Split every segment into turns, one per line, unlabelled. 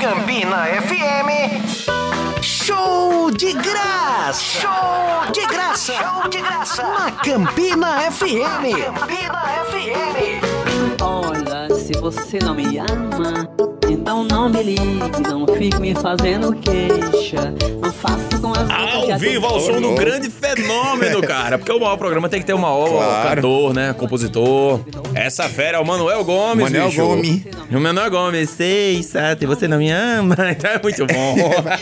Gambina FM. Show de graça! Show de graça! Show de graça! Na Campina FM! Campina FM!
Olha, se você não me ama, então não me ligue, não fique me fazendo queixa. Não faça com as
Ao vivo, ao som do grande fenômeno, cara. Porque o maior programa tem que ter o maior
Claro.
cantor, né? Compositor. Essa fera é o Manuel Gomes,
Manuel
bicho.
Gomes.
O Manuel Gomes. Sei, Sato, você não me ama. Então é muito bom.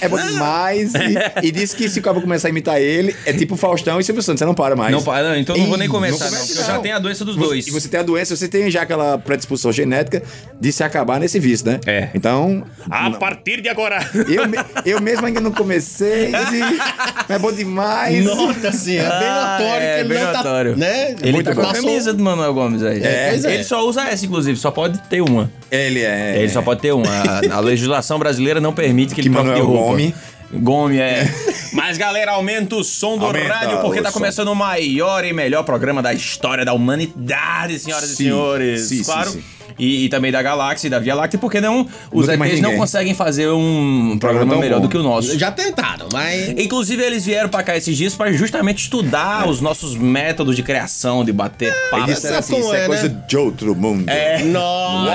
É bom demais. E, e disse que se o cabo começar a imitar ele, é tipo Faustão e Silvio Santos, você não para mais.
não, para, não, então não vou nem
Ih,
começar,
não
não.
comece,
porque eu já
não.
tenho a doença dos
Você-
dois.
E você tem a doença, você tem já aquela predisposição genética de se acabar nesse vício, né?
É.
Então.
A
não-
partir de agora.
eu, me- eu mesmo ainda não comecei. mas É bom demais.
Nota, assim, é bem
Ah,
notório
é,
que ele
bem
não
notório.
tá... Né?
Ele tá com a
Passou-
camisa do Manuel Gomes aí.
É, pois é.
Ele só usa essa, inclusive, só pode ter uma.
Ele é.
Ele só pode ter uma. A, a legislação brasileira não permite que,
Que
ele troque de
Manuel
roupa.
Gomes.
Gome é. Mas galera, aumenta o som do
Aumenta
rádio porque
o
tá
som.
começando o maior e melhor programa da história da humanidade, senhoras e
Sim,
senhores.
sim, sim,
claro.
sim.
E, e também da galáxia e da Via Láctea, porque não os
tem mais
ETs não
ninguém.
conseguem fazer um programa
tão
melhor
bom.
do que o nosso.
Já tentaram, mas...
Inclusive, eles vieram pra cá esses dias pra justamente
É.
estudar os nossos métodos de criação, de bater papo.
Isso era
Sabe
assim,
como
isso é,
é, né?
coisa de outro mundo.
É.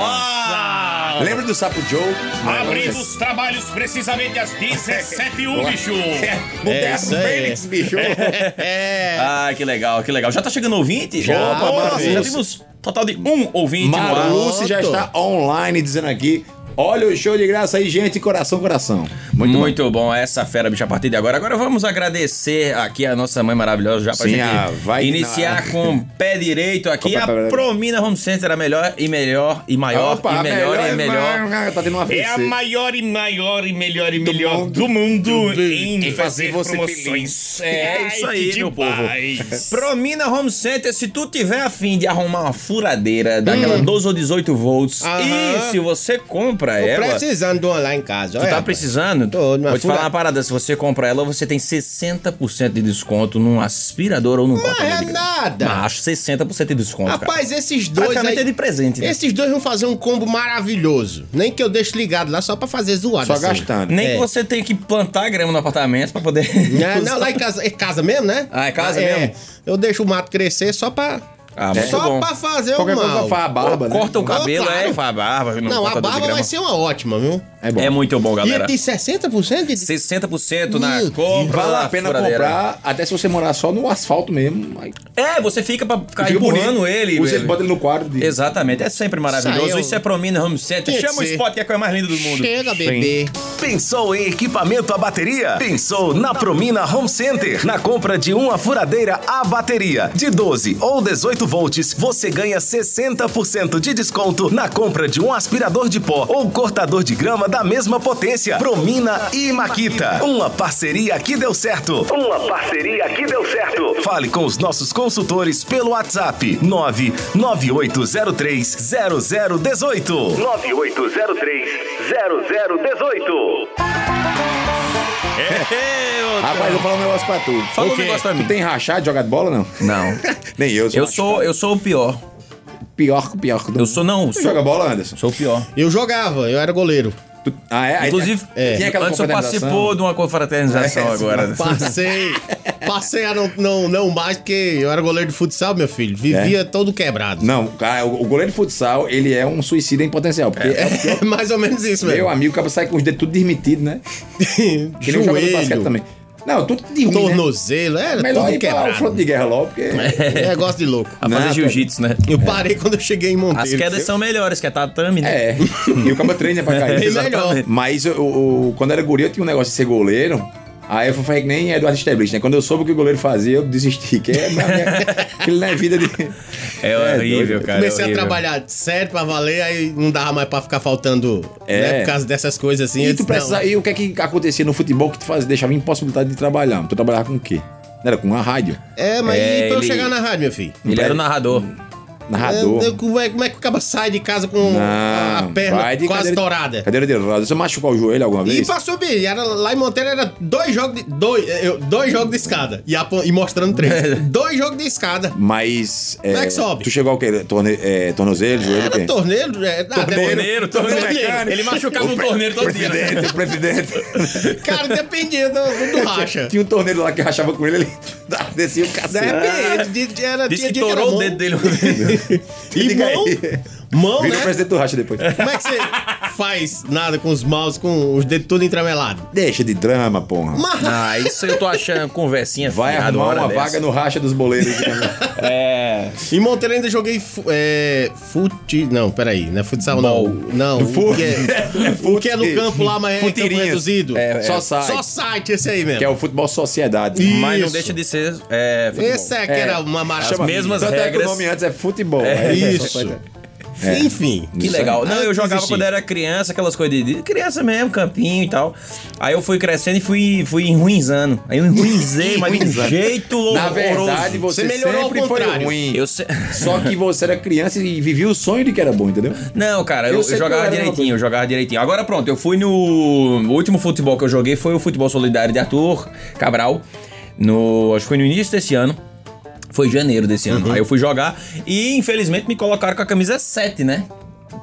Nossa!
Lembra do Sapo Joe?
Abrindo os trabalhos precisamente às 17 h
Boa.
bicho.
É
Moderno
isso aí.
Fênix, bicho.
É...
Ah, que legal, que legal. Já tá chegando ouvinte?
Já,
Opa,
Marluce.
já temos total de um ouvinte no ar.
Marluce já está online dizendo aqui. Olha o show de graça aí, gente. Coração, coração.
Muito,
Muito, bom.
bom. essa fera, bicho, a partir de agora. Agora vamos agradecer aqui a nossa mãe maravilhosa já pra
Sim,
gente
a vai-
iniciar
na-
com o pé direito aqui.
Com o
A
pé- pé- pé-
Promina Home Center, a melhor e melhor e maior
Opa,
e melhor, e melhor.
Tá tendo uma
É a maior e maior e melhor e melhor do mundo, em, fazer,
você
promoções.
É isso aí, meu povo. Promina Home Center, se tu tiver afim de arrumar uma furadeira daquela 12 ou 18 volts,
Aham.
e se você compra ela.
Precisando de uma lá em casa.
Tu
olha,
tá
rapaz.
precisando?
Tô, numa
Vou te
fura-
falar uma parada. Se você comprar ela, você tem 60% de desconto num aspirador ou num corta
é nada.
Acho 60% de desconto, cara.
Rapaz, esses dois
Praticamente
aí,
é de presente, né?
Esses dois vão fazer um combo maravilhoso. Nem que eu deixe ligado lá só pra fazer zoada.
Só
assim.
gastando.
Nem
é.
que você tenha que plantar grama no apartamento pra poder...
Não, não, lá em casa. É casa mesmo, né?
Ah, é casa mesmo?
Eu deixo o mato crescer só pra.
Ah, muito
só
bom.
pra fazer
Qualquer
o
coisa pra
mal.
falar a barba, né?
Corta o
Oh,
cabelo,
claro.
é, faz a barba.
não, a
cortador de
barba
grama.
vai ser uma ótima, viu?
É bom.
É muito bom, galera.
E tem 60% de
60% na
Meu
compra
Vale
da
a pena
furadeira.
comprar, até se você morar só no asfalto mesmo. Aí
É, você fica pra ficar
fica
empurrando
bonito.
ele.
Você
velho.
bota ele no quadro de...
Exatamente, é sempre maravilhoso.
Isso aí é um-
Isso é Promina Home Center.
Tem que
Chama o
ser.
spot que é a coisa mais linda do mundo.
Chega, bebê.
Pensou em equipamento à bateria? Pensou na Promina Home Center. Na compra de uma furadeira à bateria de 12 ou 18 volts, você ganha 60% de desconto na compra de um aspirador de pó ou cortador de grama da mesma potência. Promina e Maquita. Uma parceria que deu certo. Uma parceria que deu certo. Fale com os nossos consultores pelo WhatsApp 99803 0018. 9803 0018.
Rapaz, eu vou falar um negócio pra tu.
Fala um
O quê?
negócio pra mim.
Tu tem rachado de jogar de bola, não?
Não.
Nem eu.
Eu sou, eu sou o pior.
pior que o pior que o do
Eu sou não,
Tu
sou,
joga bola, Anderson?
sou o pior.
Eu jogava, eu era goleiro.
Tu- Ah, é? Aí
Inclusive,
tem-
é,
tem aquela
Anderson
confraternização.
participou de uma confraternização
É,
agora.
Passei. Passei a não, não, não mais, porque eu era goleiro de futsal, meu filho. Vivia todo quebrado.
É. Não, cara, o o goleiro de futsal, ele é um suicida em potencial. Porque é, o pior.
É mais ou menos isso
Meu
mesmo.
amigo, o cabo sai com os dedos tudo desmitido, né? Que nem o jogador de basquete
Joelho, um
também. Não, tudo de ruim, né?
tornozelo, era
Melhor
tudo
ir pra o
quebrado. É. um
front de guerra logo, porque...
Negócio de louco.
A fazer
Nada.
jiu-jitsu, né?
Eu parei quando eu cheguei em Monteiro.
As quedas são melhores, que é tatame, né?
É, e o cabo treina pra cair.
Bem É melhor.
Mas eu- eu- quando era guri, eu tinha um negócio de ser goleiro. Aí eu falei que nem Eduardo Esteblist, né? Quando eu soube o que o goleiro fazia, eu desisti. Que é minha, minha, aquilo não é vida de.
É horrível,
doido.
cara. é
Comecei a
horrível.
trabalhar sério pra valer, aí não dava mais pra ficar faltando,
É.
né? Por causa dessas coisas assim.
E,
eu
tu
disse, não.
precisa, e o que é que acontecia no futebol que tu fazia? Deixava impossibilidade de trabalhar. Tu trabalhava com o quê? Não Era com a rádio.
É, mas
É,
e pra eu
ele-
chegar na rádio, meu filho?
Ele era o narrador.
narrador.
É, eu- como, é, como é que o cara sai de casa com a- a
Não,
perna
vai de
quase
cadeira-
torada?
Cadeira de rodas. Você machucou o joelho alguma
E
vez?
pra subir, e era, lá em Monteiro era dois jogos de, dois, eu- dois jogos de escada. E, apo- e mostrando três. dois jogos de escada.
Mas. é,
Como é que sobe?
Tu chegou ao quê? Torne... é, tornozelo, joelho? o
Era
quê?
torneiro, é, nada,
Torneiro, torneiro.
Torneiro.
Ele machucava um torneiro todo dia. né?
Presidente, presidente.
Cara, dependia do, do racha.
Tinha um torneiro lá que rachava com ele, ele descia o cacete.
Depende, de- de- era
Disse
tinha
que
dia era
torou o
mão.
dedo dele. uma vez.
E
Diga
mão,
aí.
mão,
Vira o
né?
presidente do racha depois.
Como é que você faz nada com os maus, com os dedos tudo entremelados?
Deixa de drama, porra.
Mas
ah, isso eu tô achando conversinha
Vai
fiada
arrumar
hora
uma
dessa.
vaga no racha dos boleiros. né?
É.
em Monteiro ainda joguei fu- é, fute... Não, peraí, não é futsal não. Não, o que, é, o que é no campo lá, mas é campo
Futirinhas.
reduzido.
É, só sai.
Só site esse aí mesmo.
Que é o futebol sociedade.
Ih,
Mas não
Isso.
deixa de ser. É, futebol.
Esse é que era uma marcha.
As mesmas
Tanto é que o
regras.
nome antes é futebol.
É,
É,
Isso. Enfim.
Que legal. Não, eu
Antes
jogava
existia.
quando era criança, aquelas coisas de- de criança mesmo, campinho e tal. Aí eu fui crescendo e fui, fui enruinzando. Aí eu enruinzei, mas de um
Enruinzando.
jeito
Na
horroroso.
verdade, você,
Você melhorou ao
sempre foi
contrário.
ruim.
Eu se-
Só que você era criança e vivia o sonho de que era bom, entendeu?
Não, cara,
Eu
eu, eu
sei que eu
jogava
era
direitinho, eu jogava direitinho. Agora pronto, eu fui no. O último futebol que eu joguei foi o futebol solidário de Arthur Cabral. No. Acho que foi no início desse ano. Foi em janeiro desse ano.
Uhum.
Aí eu fui jogar e infelizmente me colocaram com a camisa 7, né?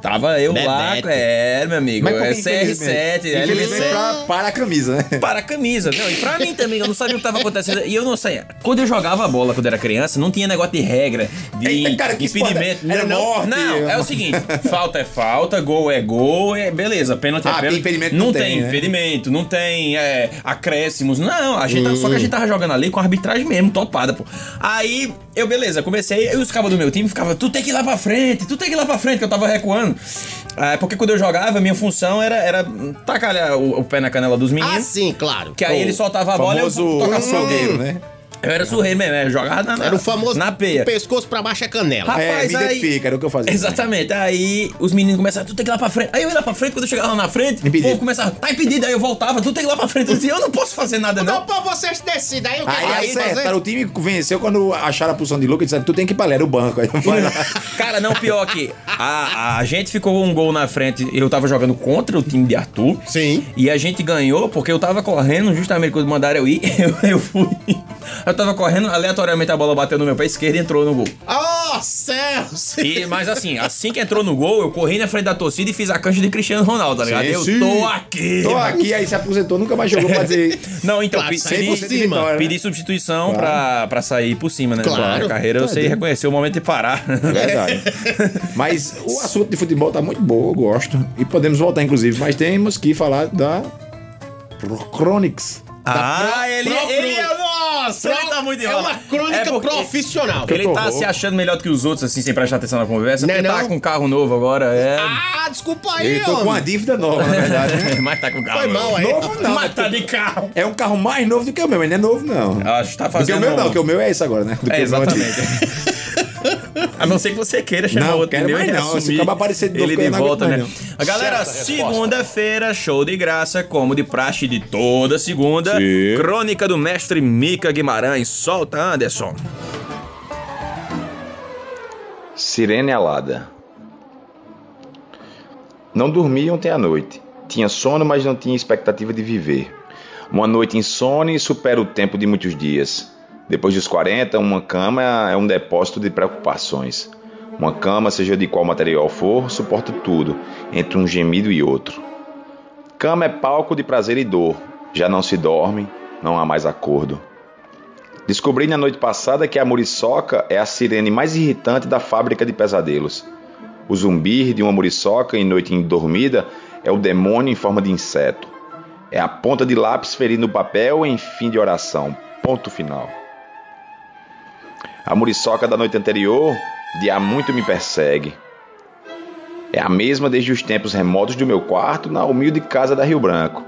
Tava eu lá.
Bebeto.
É, meu amigo.
por
é
que infelizmente?
CR7,
Infelizmente
LB7.
pra, para a camisa, né?
para a camisa. Não, e pra mim também, eu não sabia o que tava acontecendo. E eu não sei. Quando eu jogava a bola quando era criança, não tinha negócio de regra, de
Eita, cara, que
impedimento.
esporte é? Era
não,
morte.
não, é o seguinte: falta é falta, gol é gol, é beleza, pênalti é
Ah,
pênalti.
impedimento
não
não
tem,
tem, né?
impedimento, não tem é, acréscimos. Não, a gente tava- só que a gente tava jogando ali com a arbitragem mesmo, topada, pô. Aí, eu, beleza, comecei, e os cabos do meu time ficavam, tu tem que ir lá pra frente, tu tem que ir lá pra frente, que eu tava recuando. Ah, porque quando eu jogava, minha função era, era tacar né, o, o pé na canela dos meninos.
Ah, sim, claro.
Que aí ele soltava a bola e eu
famoso
tocava
açougueiro,
hum.
né?
Eu era surreiro mesmo, eu jogava na, na-
Era o famoso
na peia. Ah,
pescoço pra baixo é canela.
Rapaz,
é, me
aí-
identifica, era o que eu fazia.
Exatamente. Aí os meninos começaram, tu tem que ir lá pra frente. Aí eu ia lá pra frente, quando eu chegava lá na frente,
Impedido.
o povo começava, tá impedido. Aí eu voltava, tu tem que ir lá pra frente. Eu dizia, eu não posso fazer nada,
Então,
não.
pô, vocês decidem aí o que
Aí,
vai fazer.
acertaram, o time venceu quando acharam a pulsão de Lucas e disseram, tu tem que ir pra lá, era o banco. Aí eu falei,
Cara, não, pior que a, a gente ficou um gol na frente. Eu tava jogando contra o time de Arthur.
Sim.
E a gente ganhou porque eu tava correndo, justamente quando mandaram eu ir, eu, eu fui. Eu tava correndo, aleatoriamente a bola bateu no meu pé esquerdo e entrou no gol.
Oh, Celso!
E, mas assim, assim que entrou no gol, eu corri na frente da torcida e fiz a cancha de Cristiano Ronaldo, tá ligado?
Sim,
eu
sim.
tô aqui!
Tô aqui, aí se aposentou, nunca mais jogou pra dizer...
Não, então,
Claro,
pe-
saí
pedi,
por cima.
vitória, né?
pedi substituição pra, pra sair por cima, né?
Claro.
Na minha carreira eu sei reconhecer o momento de parar.
Verdade. Mas o assunto de futebol tá muito bom, eu gosto. E podemos voltar, inclusive. Mas temos que falar da Chronix.
ah, ele,
próprio-
ele é. Nossa, ele tá muito de
É
rola.
uma crônica
É porque-
profissional.
eu
Ele
tô
tá
rouco.
se achando melhor do que os outros, assim, sem prestar atenção na conversa.
Né,
Porque ele tá
não?
com um carro novo agora, é.
Ah, desculpa aí,
Eu tô com uma
homem.
dívida nova, na verdade.
Mas tá com carro.
Foi mal aí.
Novo não.
Mas tá de carro.
É um carro mais novo do que o meu, mas não é novo, não.
Acho que tá
do que
fazendo.
o meu, não, que o meu é esse agora, né? Do que
É,
o meu antigo.
exatamente. A não ser que você queira chamar
Não,
outro
quero
meu
mais
e
não. Se
assumir.
acabar aparecendo de novo,
ele
eu
de
não aguento
volta,
mais
né? A galera, segunda-feira, show de graça, como de praxe de toda segunda.
Sim.
Crônica do mestre Mica Guimarães. Solta, Anderson.
Sirene alada. Não dormi ontem à noite. Tinha sono, mas não tinha expectativa de viver. Uma noite insone supera o tempo de muitos dias. Depois dos 40, uma cama é um depósito de preocupações. Uma cama, seja de qual material for, suporta tudo, entre um gemido e outro. Cama é palco de prazer e dor. Já não se dorme, não há mais acordo. Descobri na noite passada que a muriçoca é a sirene mais irritante da fábrica de pesadelos. O zumbir de uma muriçoca em noite indormida é o demônio em forma de inseto. É a ponta de lápis ferindo o papel em fim de oração. Ponto final. A muriçoca da noite anterior de há muito me persegue. É a mesma desde os tempos remotos do meu quarto na humilde casa da Rio Branco.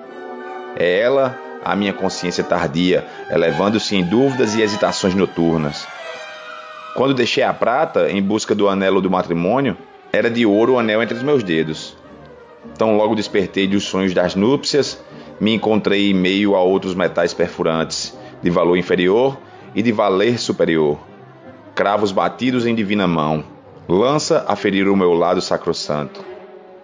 É ela a minha consciência tardia, elevando-se em dúvidas e hesitações noturnas. Quando deixei a prata em busca do anelo do matrimônio, era de ouro o anel entre os meus dedos. Tão Então, logo despertei dos sonhos das núpcias, me encontrei em meio a outros metais perfurantes, de valor inferior e de valer superior. Cravos batidos em divina mão, lança a ferir o meu lado sacrossanto.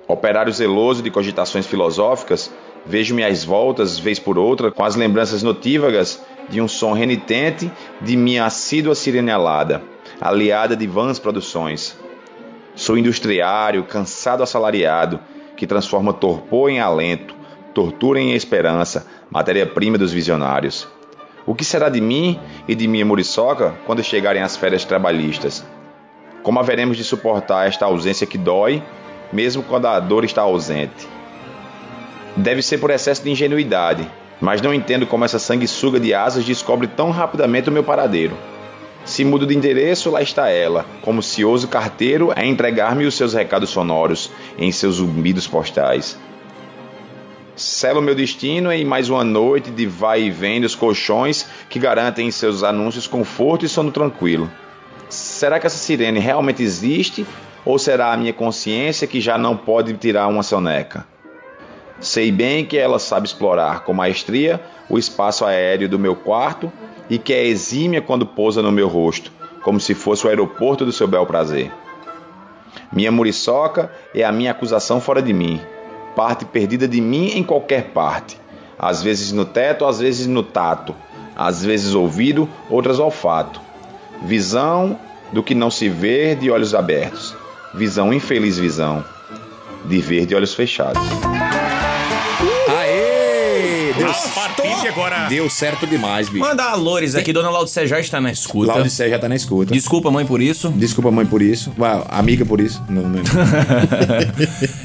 Operário zeloso de cogitações filosóficas, vejo-me às voltas, vez por outra, com as lembranças notívagas de um som renitente de minha assídua sirene alada, aliada de vãs produções. Sou industriário, cansado assalariado, que transforma torpor em alento, tortura em esperança, matéria-prima dos visionários. O que será de mim e de minha muriçoca quando chegarem as férias trabalhistas? Como haveremos de suportar esta ausência que dói, mesmo quando a dor está ausente? Deve ser por excesso de ingenuidade, mas não entendo como essa sanguessuga de asas descobre tão rapidamente o meu paradeiro. Se mudo de endereço, lá está ela, como cioso carteiro a entregar-me os seus recados sonoros em seus zumbidos postais. Selo meu destino em mais uma noite de vai e vem dos colchões que garantem em seus anúncios conforto e sono tranquilo. Será que essa sirene realmente existe ou será a minha consciência que já não pode tirar uma soneca? Sei bem que ela sabe explorar com maestria o espaço aéreo do meu quarto e que é exímia quando pousa no meu rosto, como se fosse o aeroporto do seu bel prazer. Minha muriçoca é a minha acusação fora de mim, parte perdida de mim em qualquer parte, às vezes no teto, às vezes no tato, às vezes ouvido, outras olfato. Visão do que não se vê de olhos abertos, visão infeliz visão de ver de olhos fechados.
Aê! Deu,
A partir de agora.
deu certo demais, bicho.
Manda alores aqui, dona Laudicé já está na escuta.
Laudicé já tá na escuta.
Desculpa, mãe, por isso.
Desculpa, mãe, por isso. Ah, amiga, por isso. Não, não.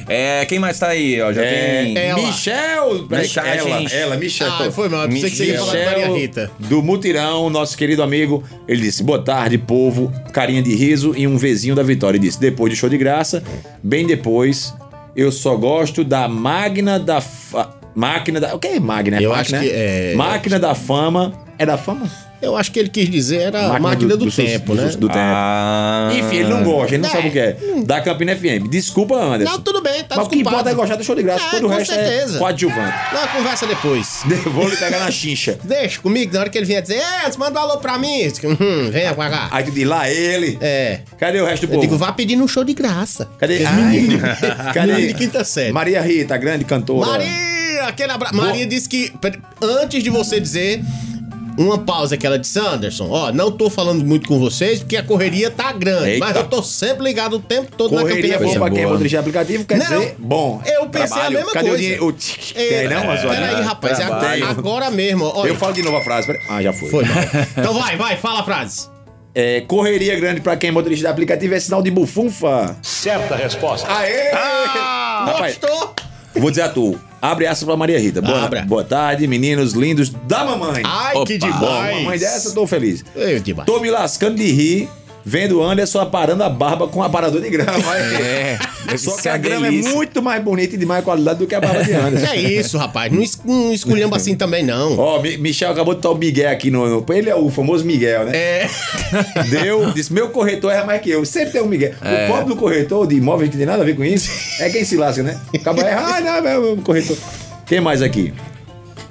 É, quem mais tá aí, ó? Já tem.
é- Ela.
Michel! peraí,
Michel,
ela,
gente.
ela, Michel.
Ah, foi mal. Eu pensei que você ia falar de Maria Rita.
é do Mutirão, nosso querido amigo, ele disse: Boa tarde, povo, carinha de riso e um vizinho da vitória. E disse: Depois do show de graça, bem depois, eu só gosto da Magna da. Fa- Máquina da. O que é Magna? É
Eu
máquina?
acho que é-
Máquina da Fama. É da fama?
Eu acho que ele quis dizer era a Ah, máquina do,
sus-
tempo,
do
né?
sus- do tempo.
Ah.
Enfim, ele não gosta, ele não
É.
sabe o que é. Da Campina FM. Desculpa, Anderson.
Não, tudo bem, tá
Mas o que
desculpado.
importa é gostar do show de graça,
É,
todo o
com
resto é
certeza.
coadjuvante.
Não, conversa é depois.
Vou lhe pegar na chincha.
Deixa comigo, na hora que ele vier dizer, é, manda um alô pra mim. Eu digo, Hum, venha pra cá.
Aí tu diz, lá ele.
É.
Cadê o resto do
Eu
povo?
digo, vá pedir um show de graça.
Cadê?
Porque
Ai.
menino-
Cadê?
menino de quinta série.
Maria Rita, grande cantora.
Maria! Aquele abraço. Maria disse que. pera- Antes de você dizer. Uma pausa que ela disse, Anderson, ó, não tô falando muito com vocês porque a correria tá grande, mas
Eita.
eu tô sempre ligado o tempo todo
Correria
na
boa
campeonato.
pra quem é
Boa.
motorista de aplicativo, quer
Não,
dizer, bom.
eu pensei a
trabalho.
mesma
Cadê
coisa.
o dinheiro? O tic,
É,
Tem não, mas olha.
Peraí, rapaz, é
Trabalho.
agora, agora mesmo, ó.
Eu falo de novo a frase. peraí. Ah, já foi.
Foi mal. Então vai, vai, fala a frase.
É, correria grande pra quem é motorista de aplicativo é sinal de bufunfa.
Certa resposta.
Aê! Ah, Rapaz,
Ah! Gostou?
vou dizer a tu. Abre aspas pra Maria Rita. Boa,
Abra. Ah,
boa tarde, meninos lindos da mamãe.
Ai, que
Opa.
Bom,
demais.
mamãe dessa, eu tô feliz.
Eu demais.
Tô me lascando de rir vendo o Anderson aparando a barba com um aparador de grama.
É, deve
Só que
ser
a
uma
grama é
delícia.
muito mais bonita e de mais qualidade do que a barba de
Que
Anderson.
é isso, rapaz? Não, es não esculhamba assim também, não.
Ó, Mi- Michel acabou de dar o Miguel aqui no, no- Ele é o famoso Miguel, né?
É.
Deu, disse: meu corretor erra mais que eu. Sempre tem um Miguel. O pobre do corretor de imóveis que tem nada a ver com isso é quem se lasca, né? Acaba errando, ah, não, é o corretor. Quem mais aqui?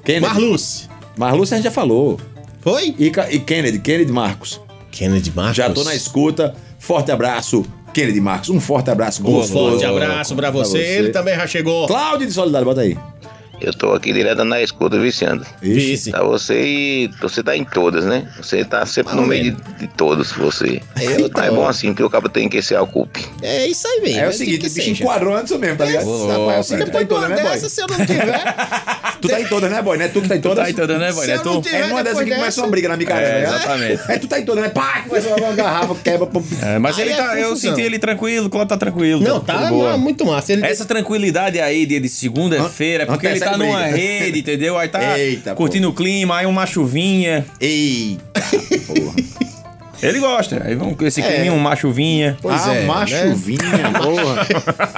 Kennedy.
Marluce.
Marluce a gente já falou.
Foi?
E, Ca- e Kennedy, Kennedy Marcos.
Kennedy Marcos.
Já tô na escuta. Forte abraço, Kennedy Marcos. Um forte abraço.
Um
gostoso.
forte abraço pra você. Ele também já chegou.
Tá.
Cláudio de Solidariedade, bota aí.
Eu tô aqui direto na escuta, viciando.
Vice.
Tá você e você tá em todas, né? Você tá sempre
Mais
no
ou
meio de, de todos, você.
Eita.
Mas é bom assim, porque o cabo tem que ser a culpa.
É isso aí mesmo.
É o
assim
seguinte,
que
o bicho
seja.
enquadrou antes mesmo, tá ligado?
Ô,
Rapaz, é o seguinte, tu tá
Depois
em
de uma
todas, né,
dessa,
boy?
se eu não tiver.
Tu tá em todas, né, boy? Não é tu que tá em todas?
Tá entendendo, né, boy?
Se
É
eu
tu?
não tiver-
É numa dessas que
Depois
começa
dessa.
uma briga na minha cara,
É,
né?
exatamente.
É tu tá em todas, né? Pá, começa uma garrafa, quebra, pum.
É, mas
Aí
ele
é
tá. eu
confusão.
senti ele tranquilo, o Cláudio tá tranquilo.
Não,
tudo
tá
boa.
não, muito massa. Ele
Essa tranquilidade aí de, de segunda-feira, é porque ele tá
antecede
numa
briga.
rede, entendeu? Aí tá
Eita,
curtindo o clima, aí uma chuvinha.
Eita, porra.
Ele gosta. Aí vamos com esse
É.
climinho, uma chuvinha.
Pois
ah,
é,
uma
né?
chuvinha, porra.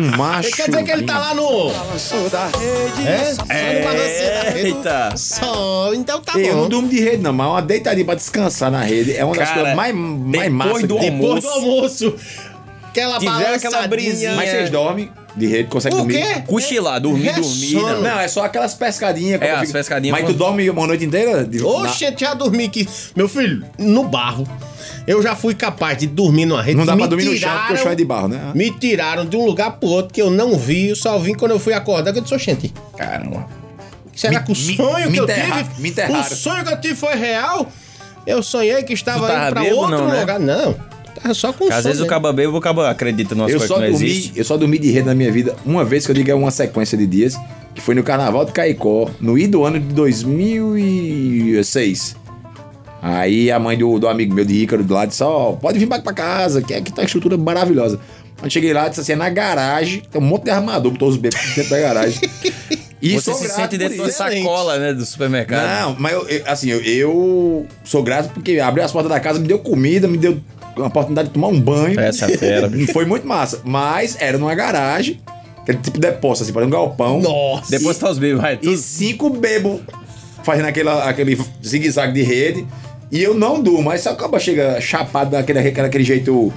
Um macho.
Quer dizer que ele tá lá no. É? Só no balanceiro.
Eita.
Só. Então tá
Eu não
bom.
durmo de rede, não, mas uma deitadinha pra descansar na rede é uma das
Cara,
coisas mais, mais
depois
massa.
do
que tem.
almoço-
Depois do almoço. aquela
Tiveram aquela
balançadinha.
brisinha.
Mas vocês dormem de rede, consegue
O
dormir?
quê?
Cochilar, dormir,
É
dormir. né?
sono.
não.
Não, é só aquelas pescadinhas.
É,
quando
as pescadinhas
Mas tu
quando-
dorme uma noite inteira? De...
Oxe, eu já dormi aqui. Meu filho, no barro. Eu já fui capaz de dormir numa rede.
Não dá
Me
pra dormir no chão, porque o chão é de barro, né?
Me tiraram de um lugar pro outro que eu não vi. Eu só vim quando eu fui acordar. Que eu disse, oxente,
Caramba.
será que o
me-
sonho
me
que eu
enterra-
tive...
me enterraram.
O sonho que eu tive foi real? Eu sonhei que estava
Tu tava
indo pra
bêbado,
outro
não, né?
lugar. Não, tava só com
Às
sono
vezes o
mesmo.
caba bebo, o caba acredita numa
Eu
coisa
só,
que não
dormi,
existe.
eu só dormi de rede na minha vida uma vez, que eu digo é uma sequência de dias, que foi no Carnaval de Caicó, no I do ano de 2006. Aí a mãe do, do amigo meu de Ícaro do lado disse: Ó, pode vir pra, pra casa, que aqui tá uma estrutura maravilhosa. Quando cheguei lá, disse assim: é na garagem, tem um monte de armador, todos os bebês dentro da garagem. E
Você
sou
se
grato
sente
por
dentro de
isso. é um
uma sacola, né, do supermercado.
Não, mas eu- eu- assim, eu, eu sou grato porque abriu as portas da casa, me deu comida, me deu a oportunidade de tomar um banho.
Essa é fera, bicho.
Foi muito massa. Mas era numa garagem, aquele tipo de depósito, assim, parece um galpão.
Nossa.
Depois tá os bebês, vai.
E
Tudo.
cinco bebo fazendo aquela, aquele zigue-zague de rede. E eu não durmo, mas só acaba chega chapado daquele, daquele jeito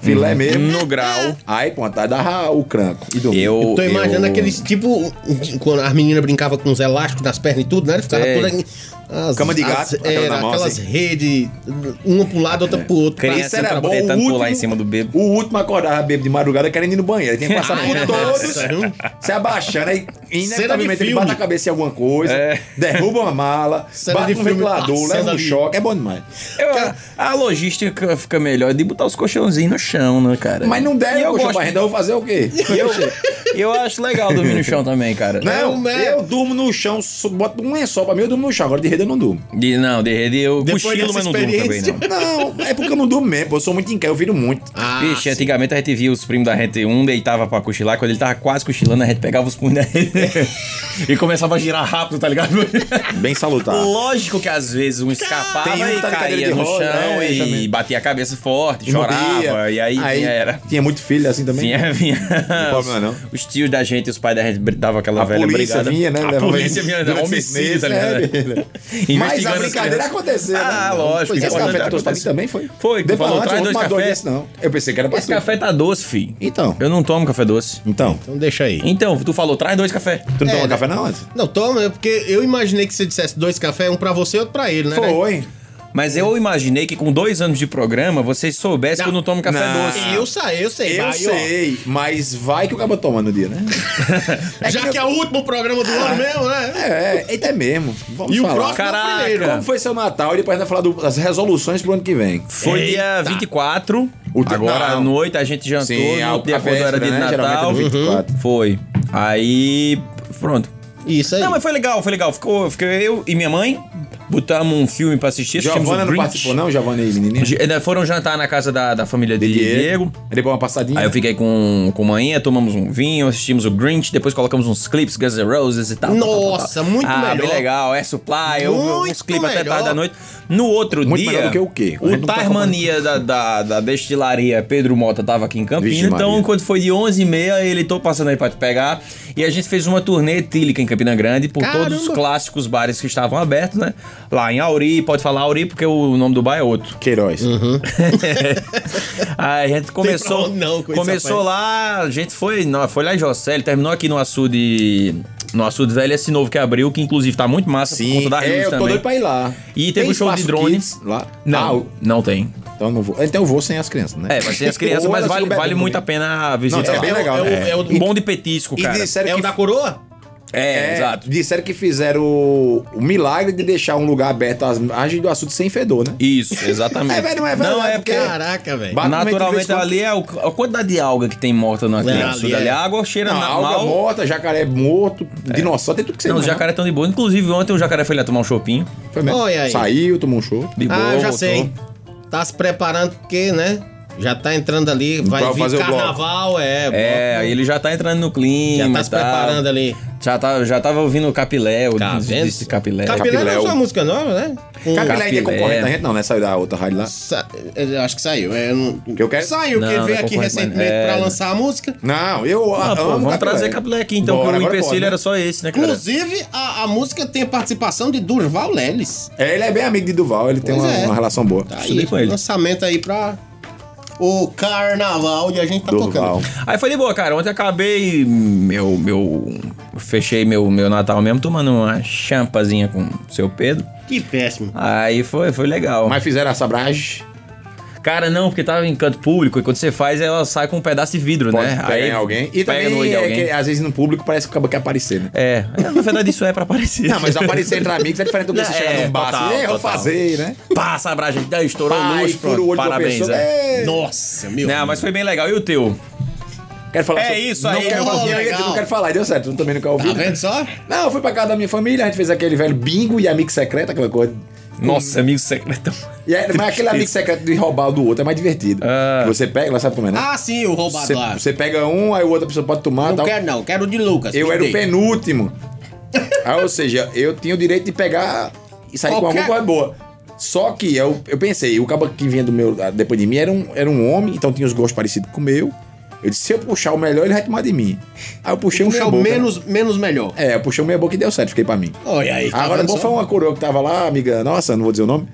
filé mesmo.
Uhum. No grau.
Aí, pronto, aí dava o cranco. E dormia.
Eu.
Tô imaginando
eu-
aqueles tipo. Quando as meninas brincavam com os elásticos nas pernas e tudo, né? Ele ficava
Sei.
toda. em- As,
Cama de gato,
as-
aquela
era,
na mão,
aquelas
assim.
redes, uma pro lado, outra pro outro.
Criança
Isso era bom,
tentando
o
pular
último-
em cima do bebo. Ah, é.
O último acordava bebo de madrugada querendo ir no banheiro. Ele tinha que passar
Ai,
por todos,
nossa, viu?
se abaixando, aí inevitavelmente ele
filme.
bate a cabeça em alguma coisa,
É.
derruba uma mala,
Cena
bate
de
um
filme
ventilador,
passando
leva um
ali.
choque, é bom demais.
Eu- a logística fica melhor de botar os colchãozinhos no chão, né, cara?
Mas não
E
der,
eu
poxa,
gosto-
pra renda, eu vou fazer o quê?
Eu, eu acho legal dormir no chão também, cara.
Não,
né?
eu durmo no chão, so- boto um lençol pra mim, eu durmo no chão. Agora de rede eu não durmo.
De, não, de rede eu
Depois
cochilo,
dessa
mas não durmo também, não.
Não, é porque eu não durmo mesmo, pô, eu sou muito inquieto, eu viro muito.
Ah,
é
Vixe, antigamente a gente via os primos da gente, um deitava pra cochilar, quando ele tava quase cochilando, a gente pegava os punhos da gente e começava a girar rápido, tá ligado?
Bem salutar.
Lógico que às vezes um escapava
Tá. Tem um que
e
tá de cadeira
caía
de
no
roda,
chão
é,
e
também.
batia a cabeça forte,
E
chorava,
morria.
e aí, era.
Tinha muito filho assim também.
Vinha, vinha.
Não
os,
problema, não.
os tios da gente, os pais da gente davam aquela
A
velha
polícia
brigada.
vinha, né?
A
Levava
polícia
ele
vinha, era
durante seis
homicídio, tá
meses,
ligado?
é, beleza. Mas
Investigando
a
as
brincadeira
crianças.
aconteceu.
Ah,
né?
lógico.
Pois é, esse
importante
café que trouxe pra mim
acontecer.
também foi?
Foi, tu
Deu
falou,
pra
traz
lá,
dois
tomar
cafés.
desse, não. Eu pensei que era pra
Esse café tá doce, fi.
Então.
Eu não tomo café doce.
Então,
Então deixa aí.
Então, tu falou, traz dois café.
tu não
É,
toma
né?
café não antes?
Não, toma, é porque eu imaginei que você dissesse dois cafés, um pra você e outro pra ele, né?
Foi.
Mas eu imaginei que com dois anos de programa, vocês soubessem que eu não tomo café
Não.
doce.
Ah. Eu sei, eu sei.
Eu
vai, ó.
sei, mas vai que o cabo toma no dia, né?
Já que é o último programa do
Ah.
ano mesmo, né?
É, eita é mesmo. Vamos
E o
falar.
próximo é
Caraca.
o primeiro.
Como foi seu Natal e depois a gente vai falar do- das resoluções pro ano que vem.
Foi dia 24.
O te-
Agora
não.
à noite a gente jantou.
Sim,
no
a-
outro dia
a
quando era
véspera,
dia de
né? Geralmente é
Natal. Uhum.
do 24.
Foi. Aí. Pronto.
É.
Isso aí.
Não, mas foi legal, foi legal. Ficou, ficou eu e minha mãe, botamos um filme pra assistir. assistimos
Giovana
o
não
Grinch.
participou né? não, Giovana e menininha?
Gi- eh, Foram jantar na casa da, da família de, Diego.
Aí depois uma passadinha.
Aí eu fiquei com, com manhã, tomamos um vinho, assistimos o Grinch, depois colocamos uns clipes, Guns N' Roses e tal. tal, tal,
Nossa,
tal.
muito
ah, bem
melhor.
legal, é Supply, eu vi uns
Muito
clipes até
melhor.
tarde da noite. No outro
Muito
dia.
melhor do que o quê? A
O
gente não tá
Tarmania da, da, da destilaria Pedro Mota tava aqui em
Vixe
Campinas,
Maria.
então quando foi de 11h30, ele tô passando aí pra te pegar. E a gente fez uma turnê etílica em Campina Grande por todos os
Caramba.
clássicos bares que estavam abertos, né? Lá em Auri, pode falar Auri porque o nome do bar é outro.
Queiroz.
É. Aí a gente começou.
onde não com esse
começou
rapaz.
lá, a gente foi, não, foi lá em José, terminou aqui no açude. No açude velho, esse novo que abriu, que inclusive tá muito massa por
Sim,
conta da
é,
Rios
eu tô
também.
doido pra ir lá.
E teve um show de
espaço
drone.
kids lá? Ah,
Não,
o-
não tem.
então eu não vou. Então eu vou sem as crianças, né?
É, vai ser as crianças,
Ou
mas
elas
vale,
ficam
vale
bebendo
muito a
comigo.
pena a visita.
Não, é bem
o-
legal,
É, o,
né?
é o-
Bom de petisco,
E
cara.
disseram
é o
que
da coroa?
É, exato.
Disseram que fizeram o, o milagre de deixar um lugar aberto às margens do açude sem fedor, né?
Isso, exatamente.
É, velho, não é
Não,
verdade,
é
porque-
porque
Caraca, velho.
Ba-
naturalmente ali é o- a quantidade de alga que tem morta no
É,
aquele
ali
açude
é.
ali. A água cheira
Não,
na
alga
mal. É.
morta, jacaré morto, dinossauro, tem tudo que você
Não, os
imagina.
jacaré estão de boa. Inclusive, ontem o jacaré foi lá tomar um chopinho.
Foi mesmo.
Olha aí.
Saiu, tomou um show.
De boa,
Ah, já
voltou.
sei. Tá se preparando porque, né? Já tá entrando ali, vai
Pra
vir
fazer o bloco.
carnaval, é.
É,
bloco.
aí ele já tá entrando no clima.
já tá
e
se
tal.
preparando ali.
Já, tá, já tava ouvindo o Capilé, o
Tá
disse-
vendo?
disse Capilé.
Capilé não é só uma música nova, né? Um-
Capilé ainda é
Capilé.
concorrente da gente, não, né? Saiu da outra rádio lá.
Sa- eu acho que saiu. é, eu não-
Que eu quero-
Não,
Saiu, porque ele
não
veio
é
aqui
concorrente,
recentemente
mas-
pra
é.
lançar a música.
Não, eu
Ah, pô,
amo
vamos trazer Capilé aqui então,
Bora,
porque o
agora
empecilho
pode, né?
era só esse, né, cara?
Inclusive, a, a música tem a participação de Durval Lelis.
É, ele é bem amigo de Duval, ele tem
Pois
uma,
é.
uma relação boa.
Tá
Estudei
aí,
com ele.
lançamento aí pra o carnaval e a gente tá
Durval.
tocando.
Aí foi de boa, cara. Ontem acabei. Meu. meu fechei meu, meu Natal mesmo tomando uma champazinha com o seu Pedro.
Que péssimo.
Aí foi, foi legal.
Mas fizeram a sabragem.
Cara, não, porque tava em canto público e quando você faz, ela sai com um pedaço de vidro,
Pode
né?
pegar em alguém. E
pega no
também,
olho de
é
alguém.
que, às vezes, no público parece que acaba que aparecer, né?
É, na verdade isso é pra aparecer.
Não, mas aparecer entre amigos é diferente do que
Não,
você
é,
chegar num bar
total,
assim, "Ei, eu vou
total.
fazer, né?
Passa a gente, daí estourou a
Pai,
luz,
fura o
pronto,
olho da
parabéns.
pessoa,
É.
"Ei".
Nossa, meu.
Não, mas foi bem legal. E o teu?
Quero falar
É
sobre-
isso
não
aí,
quero
meu
falar-
irmão,
eu ia dizer,
legal.
Não quero falar, e deu certo. Tu também não quer ouvir.
Tá vendo só?
Não, eu fui pra casa da minha família, a gente fez aquele velho bingo e amigo secreto, aquela coisa.
Nossa, amigo secretão.
E aí, mas aquele amigo secreto de roubar o do outro é mais divertido.
Ah.
Que Você pega, ela sabe como é, né?
Ah, sim, o roubado
Você-
lá.
Você pega um, aí o outra pessoa pode tomar.
Não
tal.
quero não, quero o de Lucas.
tá um- Eu
me
era o
dei.
penúltimo. Ah, ou seja, eu tinha o direito de pegar e sair com
Qualquer-
alguma coisa boa. Só que eu, eu pensei, o cabo que vinha do meu, ah, depois de mim era um, era um homem, então tinha os gostos parecidos com o meu. Eu disse, se eu puxar o melhor, ele vai tomar de mim. Aí eu puxei um
Meu,
chabu.
menos, menos melhor.
É, eu puxei um meia boca e deu certo, fiquei pra mim.
Olha aí. tá
Ah, Agora,
vendo
bom,
só?
foi uma coroa que tava lá, amiga nossa, não vou dizer o nome.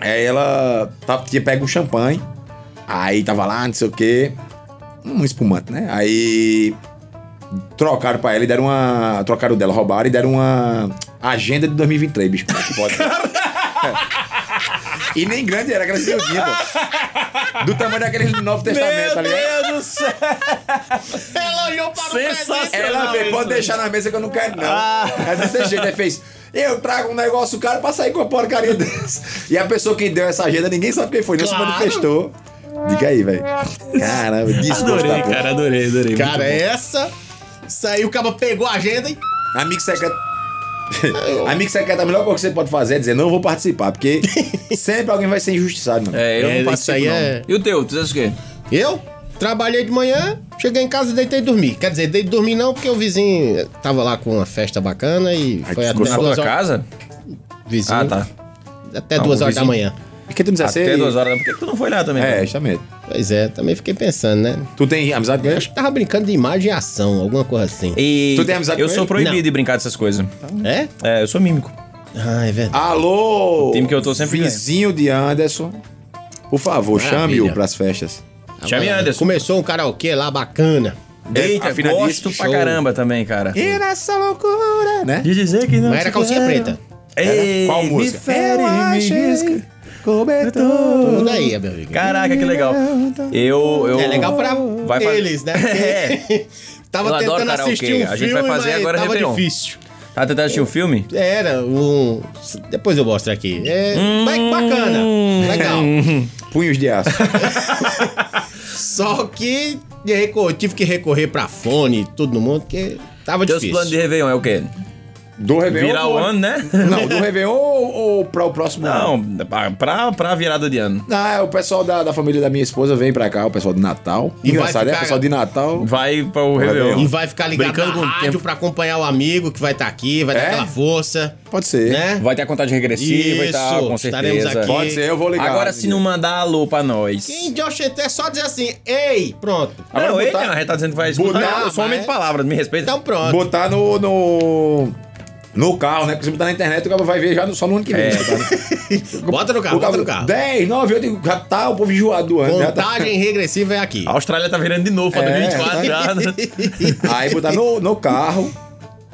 Aí ela tava, tinha pego um champanhe. Aí tava lá, não sei o quê. Um espumante, né? Aí trocaram pra ela e deram uma. Trocaram dela, roubaram e deram uma agenda de 2023, bicho. Como é que pode? E nem grande era, aquela miudinha, pô. Do tamanho daquele Novo Testamento, tá ligado?
do céu!
Ela olhou para o presente.
Ela fez, pode
é
deixar na mesa que eu não quero, não.
Ah.
Aí desse jeito, ele fez. Eu trago um negócio caro pra sair com a porcaria dessa. E a pessoa que deu essa agenda, ninguém sabe quem foi, não se
Claro.
manifestou. Diga aí, velho. Caramba, desgosto da
Adorei,
porra.
cara, adorei, adorei.
Cara, é essa... Saiu, o cara pegou a agenda e...
Amigo secreto. Amigo secreto, a melhor coisa que você pode fazer é dizer, não vou participar, porque sempre alguém vai ser injustiçado, mano.
É, eu
É,
não
isso
participo,
aí
não.
é-
E o teu? Tu fez o quê?
Eu trabalhei de manhã, cheguei em casa, deitei e dormi. Quer dizer, deitei e dormi não, porque o vizinho tava lá com uma festa bacana e foi até
ficou
duas
só
Tua
horas.
casa?
Vizinho,
Ah, tá.
Até
Não,
duas
o
horas da
vizinho.
manhã.
E que tu não precisa
Até
ser.
duas horas. né? Por que tu não foi lá também?
Ah, É, justamente.
Pois é, também fiquei pensando, né?
Tu tem amizade com
Eu
ele?
acho que tava brincando de imagem e ação, alguma coisa assim.
E
Tu tem amizade
eu
com
sou
ele?
proibido
Não.
de brincar dessas coisas.
É?
É, eu sou mímico.
Ah, é verdade.
Alô!
time que eu tô sempre
Vizinho de Anderson. Por favor, chame-o
Maravilha.
pras festas.
Chame
Agora,
Anderson.
Começou um karaokê lá bacana.
Eita,
afinadíssimo,
gosto pra
show.
caramba também, cara.
E nessa loucura, né?
De dizer que não
Mas era
te
calcinha
quero.
preta.
Ei,
Qual
me
música?
fere,
Eu
me
achei
risca.
Cobertor.
Tudo aí, meu amigo.
Caraca, que legal. Eu, eu...
É legal pra
Vai fazer-
eles, né?
É.
tava
Eu adoro
tentando
karaokê.
assistir um
A gente
filme,
vai fazer
mas
agora
tava
Réveillon.
difícil.
Tá tentando assistir o filme?
Era um... Depois eu mostro aqui. É
Hum.
ba- bacana. Legal.
Punhos de aço.
Só que de recor- tive que recorrer pra fone e tudo no mundo, porque tava
Teus
difícil.
planos de Réveillon é o quê?
Do Réveillon.
Virar o
ou-
ano, né?
Não, do Réveillon ou, ou pra o próximo ano?
Não, pra- pra, pra virada de ano.
Ah, o pessoal da, da família da minha esposa vem pra cá, o pessoal de Natal.
E vai
Engraçado, é?
ficar-
O pessoal de Natal.
Vai para o Réveillon.
E vai ficar ligado
Brincando com
na
o
rádio
tempo.
pra acompanhar o amigo que vai estar aqui, vai
É?
dar aquela força,
Pode ser.
né?
Vai ter a contagem regressiva e tal,
Isso,
com
estaremos
certeza.
aqui.
Pode ser, eu vou ligar.
Agora, se não mandar alô pra nós.
Quem de Oxente é só dizer assim, ei, pronto.
Não,
Agora
ele
botar-
não, a gente tá dizendo que vai escutar.
Botar-
eu sou homem de palavras, me respeita.
É. Então pronto.
Botar no. no... No carro, né? Porque se botar na internet, o cara vai ver já no- só no ano que vem. Tá
É. tá,
Bota no carro,
O cara-
bota no carro.
10, 9, 8, já tá o povo enjoado do ano. já tá-
Contagem regressiva é aqui.
a Austrália tá virando de novo pra
É,
2024 já. né?
Aí botar no, no carro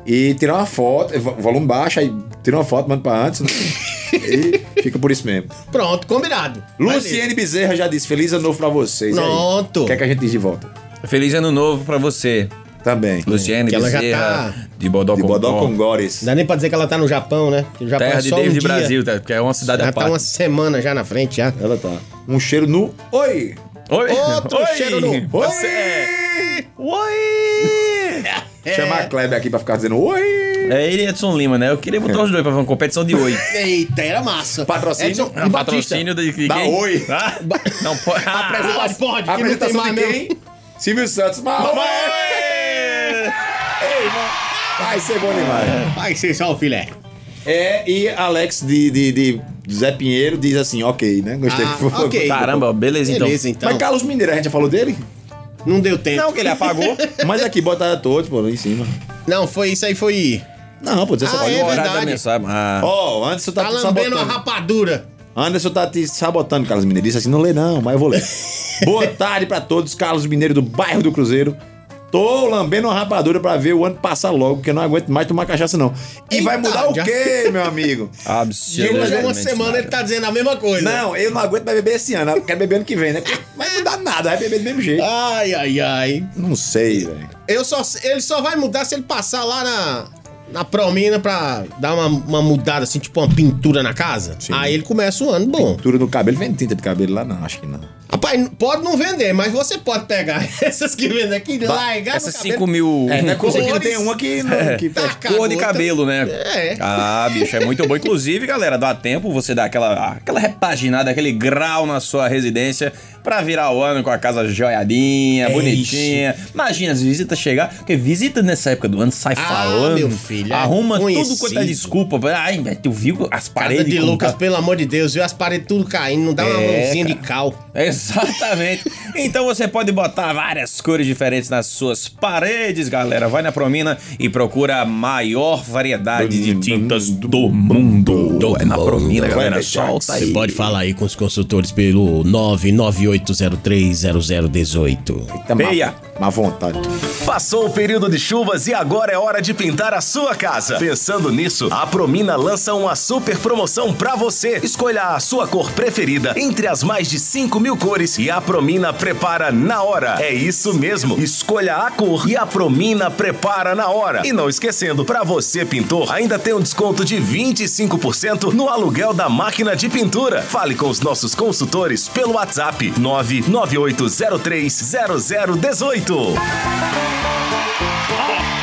e tirar uma foto, eh, vo- volume baixo, aí tira uma foto, manda pra antes. né? e fica por isso mesmo.
Pronto, combinado.
Luciene Bezerra já disse: Feliz ano novo pra vocês. E aí?
Pronto.
O que é que a gente diz de volta?
Feliz ano novo pra você,
Também.
Luciene
que ela já
Bezerra,
tá-
de Bodó
De Bodó com Gores.
Não dá nem pra dizer que ela tá no Japão, né? Que o Japão
Terra
é
de
só um
David
dia.
Brasil, tá? porque é uma cidade
Já
à
tá
parte.
uma semana já na frente, já.
Ela tá. Um cheiro no. Oi!
Oi!
Outro cheiro no-
Oi!
Oi!
é-
é- Oi!
Chamar a Kleber aqui pra ficar dizendo oi!
É ele e Edson Lima, né? Eu queria botar os dois pra fazer uma competição de oi.
Eita, era massa.
Patrocínio?
Edson um
Ah,
e Batista.
patrocínio de, de
Dá
quem?
oi.
Ah, não pode. Ah,
Ah, pode, que não tem
Apresentação
mais
de quem?
mesmo.
Silvio Santos. Mas... Vai ser bom demais.
Vai ser só o filé.
É, e Alex de, de, de Zé Pinheiro diz assim, ok, né? Gostei.
Ah, ok.
Caramba, beleza então.
Beleza, então.
Mas Carlos Mineiro, a gente já falou dele?
Não deu tempo.
que ele apagou. Mas aqui, botaram todos, pô, lá em cima.
Não, foi isso aí, foi.
Não, pô, dizer
Ah,
você
é
pode
Horário da
verdade.
mensagem. Ah.
Ó, Anderson tá
Tá
te
lambendo uma
sabotando.
rapadura.
Anderson tá te sabotando, Carlos Mineiro. Disse assim, não lê não, mas eu vou ler. Boa tarde pra todos, Carlos Mineiro do bairro do Cruzeiro. Tô lambendo uma rapadura pra ver o ano passar logo, porque eu não aguento mais tomar cachaça, não. E vai
Eita,
mudar o
já-
quê, meu amigo?
Chegou
Absolutamente.
já uma semana ele tá dizendo a mesma coisa.
Não, eu não aguento mais beber esse ano. Eu quero beber ano que vem, né? Porque não vai mudar nada, vai beber do mesmo jeito.
Ai, ai, ai.
Não sei, velho.
Eu só, ele só vai mudar se ele passar lá na, na Promina pra dar uma, uma mudada, assim, tipo uma pintura na casa. Aí ele começa um ano bom.
Pintura no cabelo, vem tinta de cabelo lá, não, acho que não.
Rapaz, pode não vender, mas você pode pegar essas que vendem aqui, largar
Essas
no
5
cabelo.
mil.
É, não é coisa que não
Cores.
tem uma que. Não, que
Tá, cara,
Cor de
outra-
cabelo, né?
É.
Ah, bicho, é muito bom. Inclusive, galera, dá tempo você dar aquela, aquela repaginada, aquele grau na sua residência pra virar o ano com a casa
É
joiadinha, bonitinha. Imagina as visitas chegar, porque visita nessa época do ano sai falando.
Ah, meu filho, é
arruma tudo quanto é
conhecido.
desculpa. Ai, velho, tu viu as paredes.
Casa de
como
Lucas,
tá-
pelo amor de Deus, viu as paredes tudo caindo, não dá uma
É,
mãozinha
cara.
de cal.
Exatamente. Então você pode botar várias cores diferentes nas suas paredes, galera. Vai na Promina e procura a maior variedade de tintas do mundo. É na Promina, galera. Solta aí.
pode falar aí com os consultores pelo 998030018.
Meia.
Má vontade.
Passou o período de chuvas e agora é hora de pintar a sua casa. Pensando nisso, a Promina lança uma super promoção pra você. Escolha a sua cor preferida entre as mais de 5 mil cores e a Promina prepara na hora. É isso mesmo. Escolha a cor e a Promina prepara na hora. E não esquecendo, pra você pintor, ainda tem um desconto de 25% no aluguel da máquina de pintura. Fale com os nossos consultores pelo WhatsApp 998030018.
A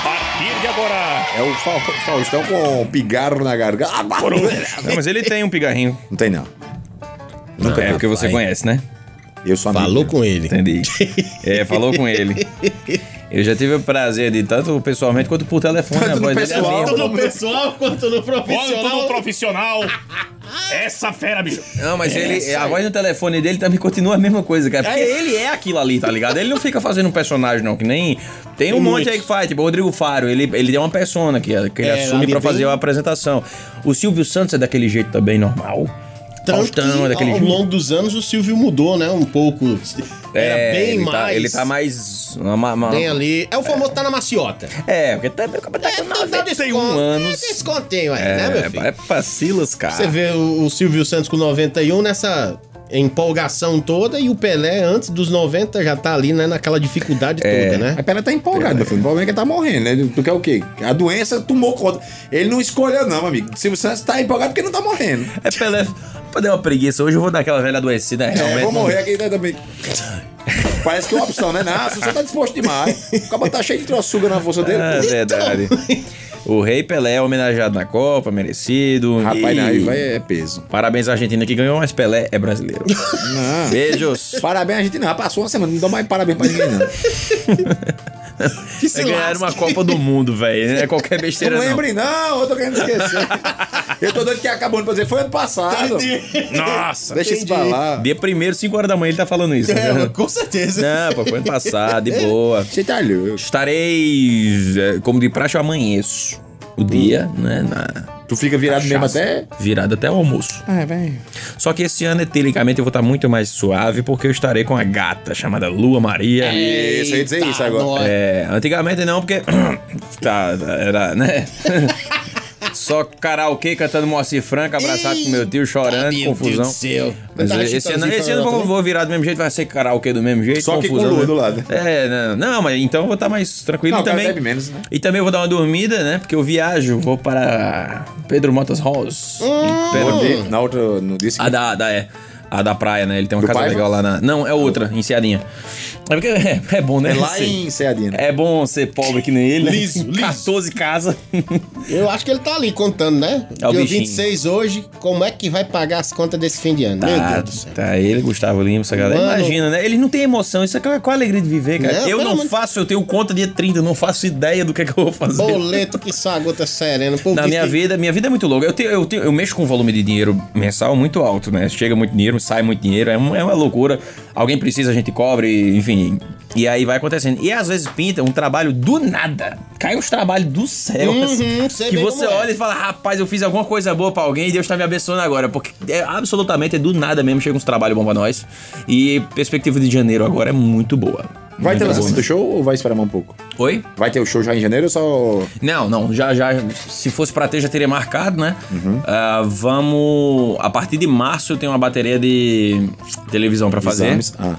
partir de agora,
É o Fa- Faustão com um pigarro na garganta. Ah,
Não, mas ele tem um pigarrinho.
Não tem, não.
Nunca é porque você conhece, né?
Eu sou amigo.
Falou com ele.
Entendi. É, falou com ele. Eu já tive o prazer de tanto pessoalmente quanto por telefone.
Tanto
a
no
voz dele é
pessoal,
minha.
Tanto no pessoal quanto no
quanto no
profissional.
profissional. Essa fera, bicho.
Não, mas ele, a voz do telefone dele também continua a mesma coisa, cara. Porque ele é aquilo ali, tá ligado? Ele não fica fazendo um personagem, não, que nem. Tem um monte aí que faz, tipo, o Rodrigo Faro, ele, ele é uma persona que, que ele
É,
assume
ali
pra fazer
bem-
a apresentação. O Silvio Santos é daquele jeito também, normal.
Tanto que,
Faustão é daquele
ao
jeito.
longo dos anos o Silvio mudou, né? Um pouco. Era
É,
bem
ele
mais.
Tá, ele tá mais. uma- uma-
Bem ali. É o famoso tá na maciota.
É, porque tá, tá com 91 anos.
É descontinho aí, né, meu
É,
filho?
vai pra é Silas, cara.
Você vê o, o Silvio Santos com 91 nessa empolgação toda e o Pelé antes dos 90 já tá ali, né, naquela dificuldade
É.
toda, né?
A pena tá empolgada, meu filho. O problema é que ele tá morrendo, né? Tu quer o quê? A doença tomou conta. Ele não escolheu, não, amigo. Silvio Santos tá empolgado porque não tá morrendo.
É Pelé. Pô, deu uma preguiça. Hoje eu vou dar aquela velha adoecida.
É,
Realmente.
vou
não-
morrer aqui né, também. Parece que é uma opção, né? Não, você tá disposto demais. O cara tá cheio de troçuga na força dele.
É verdade.
Então,
O Rei Pelé é homenageado na Copa, merecido.
Rapaz,
E-
não, aí vai é peso.
Parabéns à Argentina que ganhou, mas Pelé é brasileiro.
Não.
Beijos.
Parabéns, a gente não. Passou uma semana, não dá mais parabéns pra ninguém, não.
Que se
É ganhar
lasque.
uma Copa do Mundo, velho. Não é qualquer besteira,
Não
não.
lembre, não, eu tô querendo esquecer. eu tô doido que acabou de dizer, foi ano passado.
Nossa.
Deixa isso pra lá.
Dia 1 5 horas da manhã, ele tá falando isso.
É, mas
né?
com certeza.
Não, pô, foi ano passado, de boa.
Você tá louco.
Estarei, é, como de praxe, eu amanheço o dia,
Hum.
né? Na
Tu fica virado mesmo
cachaça,
até.
Virado até o almoço.
É, velho.
Só que esse ano, etelicamente, eu vou estar muito mais suave, porque eu estarei com a gata chamada Lua Maria.
É.
Isso, eu ia dizer isso
Eita,
agora.
nó-
É, antigamente não, porque. tá, era, né? Só karaokê cantando Moacir Franca, abraçado com meu tio, chorando,
Meu
confusão.
Deus do céu.
Mas é,
Não tá
esse ano,
chitãozinho
esse ano eu
também?
vou, vou virar do mesmo jeito, vai ser karaokê do mesmo jeito.
Só que com
confusão,
lua
né?
do lado.
É, não, não, mas então eu vou estar mais tranquilo e
Não, o cara
também.
bebe menos, né?
E também eu vou dar uma dormida, né? Porque eu viajo, vou para Pedro Motas Halls.
Hum.
em Pernambuco.
Onde? Na outra, no disse
A da, da, é. A da praia, né? Ele tem uma
Do
casa
Paiva?
legal lá na. Não, é outra, em Cearinha. É porque é, é bom, né?
É lá
Sim.
em Ceadinha. né?
É bom ser pobre que nem ele. né?
Liso, liso.
14 casas.
Eu acho que ele tá ali contando, né?
É o
Dia
bichinho.
26 hoje, como é que vai pagar as contas desse fim de ano? Meu
Tá,
Deus do céu.
tá ele, Gustavo Lima, essa galera.
Mano.
Imagina, né? Ele não tem emoção. Isso é qual a alegria de viver, cara.
Não,
eu
pelo
não
amor de-
faço, eu tenho conta dia 30, eu não faço ideia do que é que eu vou fazer.
Boleto que só a gota serena. Pô,
Na
bicho,
minha
que-
vida, minha vida é muito louca. Eu, tenho, eu, tenho- eu mexo com um volume de dinheiro mensal muito alto, né? Chega muito dinheiro, sai muito dinheiro, é, um- é uma loucura. Alguém precisa, a gente cobre, enfim. E aí vai acontecendo. E às vezes pinta um trabalho do nada. Cai uns trabalhos do céu. assim,
Uhum, sei
que
bem
você
como é.
olha e fala, rapaz, eu fiz alguma coisa boa pra alguém e Deus tá me abençoando agora. Porque é absolutamente é do nada mesmo. Chega uns trabalhos bons pra nós. E perspectiva de janeiro agora é muito boa.
Vai ter
muito
lançamento
boa.
do show ou vai esperar mais um pouco?
Oi?
Vai ter o show já em janeiro ou só.
Não, não, já, já, se fosse pra ter, já teria marcado, né?
Uhum.
Ah, vamos, a partir de março eu tenho uma bateria de televisão pra fazer.
Exames? Ah.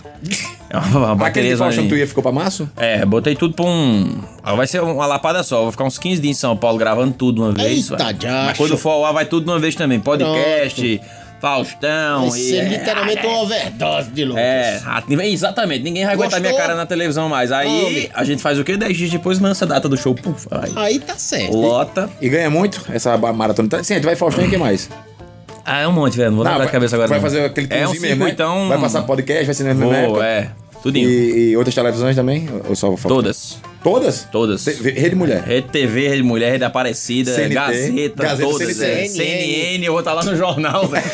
É uma, uma
Aquele
bateria
de Faustão
zona-
tu ia ficou pra março?
É, botei tudo pra um... Ah, Vai ser uma lapada só, vou ficar uns 15 dias em São Paulo gravando tudo uma vez.
Eita,
vai.
já
Mas quando
achou.
for ao ar, vai tudo de uma vez também, podcast... Faustão
Vai
e-
ser literalmente uma overdose de loucos.
É, ah, exatamente, ninguém vai aguentar
Gostou?
minha cara na televisão mais. Aí
Homem.
a gente faz o quê? 10 dias depois lança a data do show. Puf, aí,
Aí tá certo.
lota.
E ganha muito essa ba- maratona. Tá- Sim, tu vai Faustão e quem mais?
Ah, é um monte, velho. Não vou lembrar
vai,
de cabeça agora.
Vai
não.
fazer aquele
É um
tourzinho mesmo, né?
circuitão.
Vai passar podcast, vai ser na mesma
Vou,
época.
é. Tudinho.
E, e outras televisões também? Ou só Faustão?
Todas.
Todas?
Todas.
Te- Rede Mulher.
Rede TV, Rede Mulher, Rede Aparecida,
CNT,
Gazeta,
Gazeta,
todas.
CNT.
é. CNN, eu vou estar lá no jornal, velho.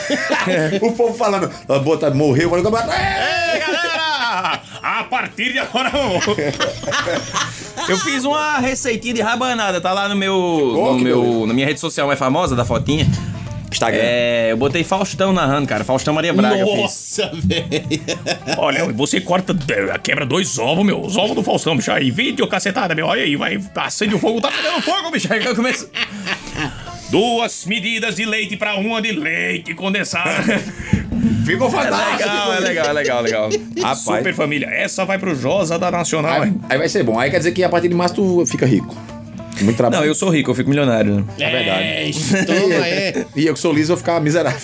É.
o povo falando, "Ah, bota, morreu, agora eu boto- É!
Galera, a partir de agora vamos.
Eu fiz uma receitinha de rabanada, tá lá no meu.
Oh,
no
que
meu na minha rede social mais famosa, da fotinha.
Instagram.
É, eu botei Faustão narrando, cara. Faustão Maria Braga. eu fiz.
Nossa, velho.
Olha, você corta, quebra dois ovos, meu. Os ovos do Faustão, bicho. Aí, vídeo, cacetada, meu. Olha aí, vai, acende o fogo, tá pegando fogo, bicho.
Aí eu começo.
Duas medidas de leite pra uma de leite condensado.
Ficou fantástico.
Legal, é legal, é legal, é legal.
Tá, Rapaz.
Super família, essa vai pro Josa da Nacional.
Aí,
hein?
aí vai ser bom. Aí quer dizer que a partir de março tu fica rico. Muito trabalho.
Não, eu sou rico, eu fico milionário. né?
É verdade.
Toma, é.
E eu que sou liso vou ficar miserável.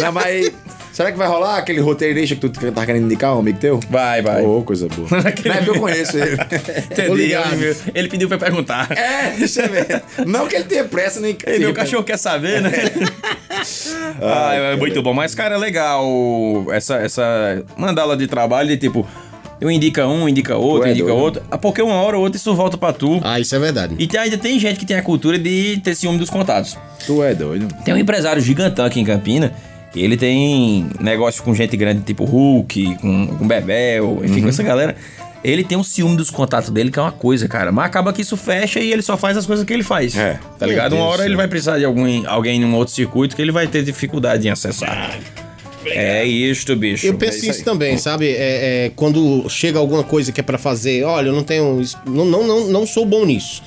Não, mas será que vai rolar aquele roteirista que tu tá querendo indicar, um amigo teu?
Vai, vai.
Ô, coisa boa. Não é porque eu conheço ele.
Entendi. Ele, ele pediu pra eu perguntar.
É, deixa eu ver. Não que ele tenha pressa nem. tipo,
Ei, meu cachorro quer saber, né? Ai, é muito bom. Mas, cara, é legal essa, essa mandala de trabalho de tipo, eu indica um, indica outro,
Ué,
indica
doido.
outro. Ah, Porque uma hora ou outra isso volta pra tu.
Ah, isso é verdade.
E tem- ainda tem gente que tem a cultura de ter ciúme dos contatos.
Tu é doido.
Tem um empresário gigantão aqui em Campina. que Ele tem negócio com gente grande, tipo Hulk, com, com Bebel, enfim,
Uhum.
com essa galera. Ele tem um ciúme dos contatos dele, que é uma coisa, cara. Mas acaba que isso fecha e ele só faz as coisas que ele faz.
É.
Tá ligado? Uma hora ele vai precisar de algum, alguém em um outro circuito que ele vai ter dificuldade em acessar. É isto, bicho.
Eu penso isso também, sabe? É, é, quando chega alguma coisa que é pra fazer, olha, eu não tenho. isso- Não, não, não, não sou bom nisso.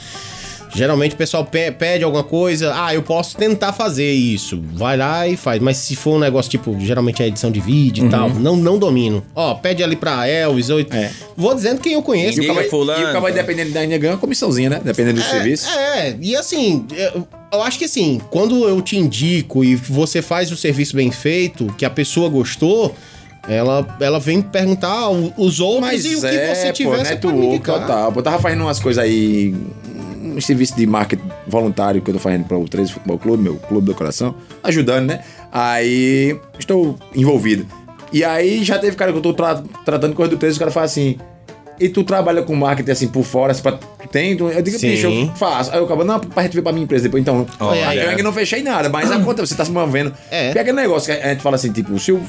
Geralmente o pessoal pe- pede alguma coisa, ah, eu posso tentar fazer isso. Vai lá e faz. Mas se for um negócio tipo, geralmente é edição de vídeo e tal, não, não domino. Ó, pede ali pra Elvis. Ou... Vou dizendo quem eu conheço.
E o
Ninguém-
porque-
cara
fulano.
E o cara, dependendo da ainda ganha uma comissãozinha, né? Dependendo do serviço.
É, e assim, eu, eu acho que assim, quando eu te indico e você faz o serviço bem feito, que a pessoa gostou, ela, ela vem perguntar o- os outros
Mas
e o que
é,
você
pô,
tivesse pra me
network,
indicar.
total. Pô, Eu tava fazendo umas coisas aí. Um serviço de marketing voluntário que eu tô fazendo para o 13 Futebol Clube, meu clube do coração, ajudando, né? Aí estou envolvido. E aí já teve cara que eu tô tra- tratando coisa do 13, o cara fala assim. E tu trabalha com marketing assim por fora, assim, pra... tem? Eu digo,
Sim.
bicho, eu faço. Aí eu acabo, não, pra gente ver pra minha empresa depois. Então,
Olha.
eu ainda não fechei nada, mas a conta, você tá se movendo.
É.
Porque é aquele negócio que a gente fala assim, tipo, se eu,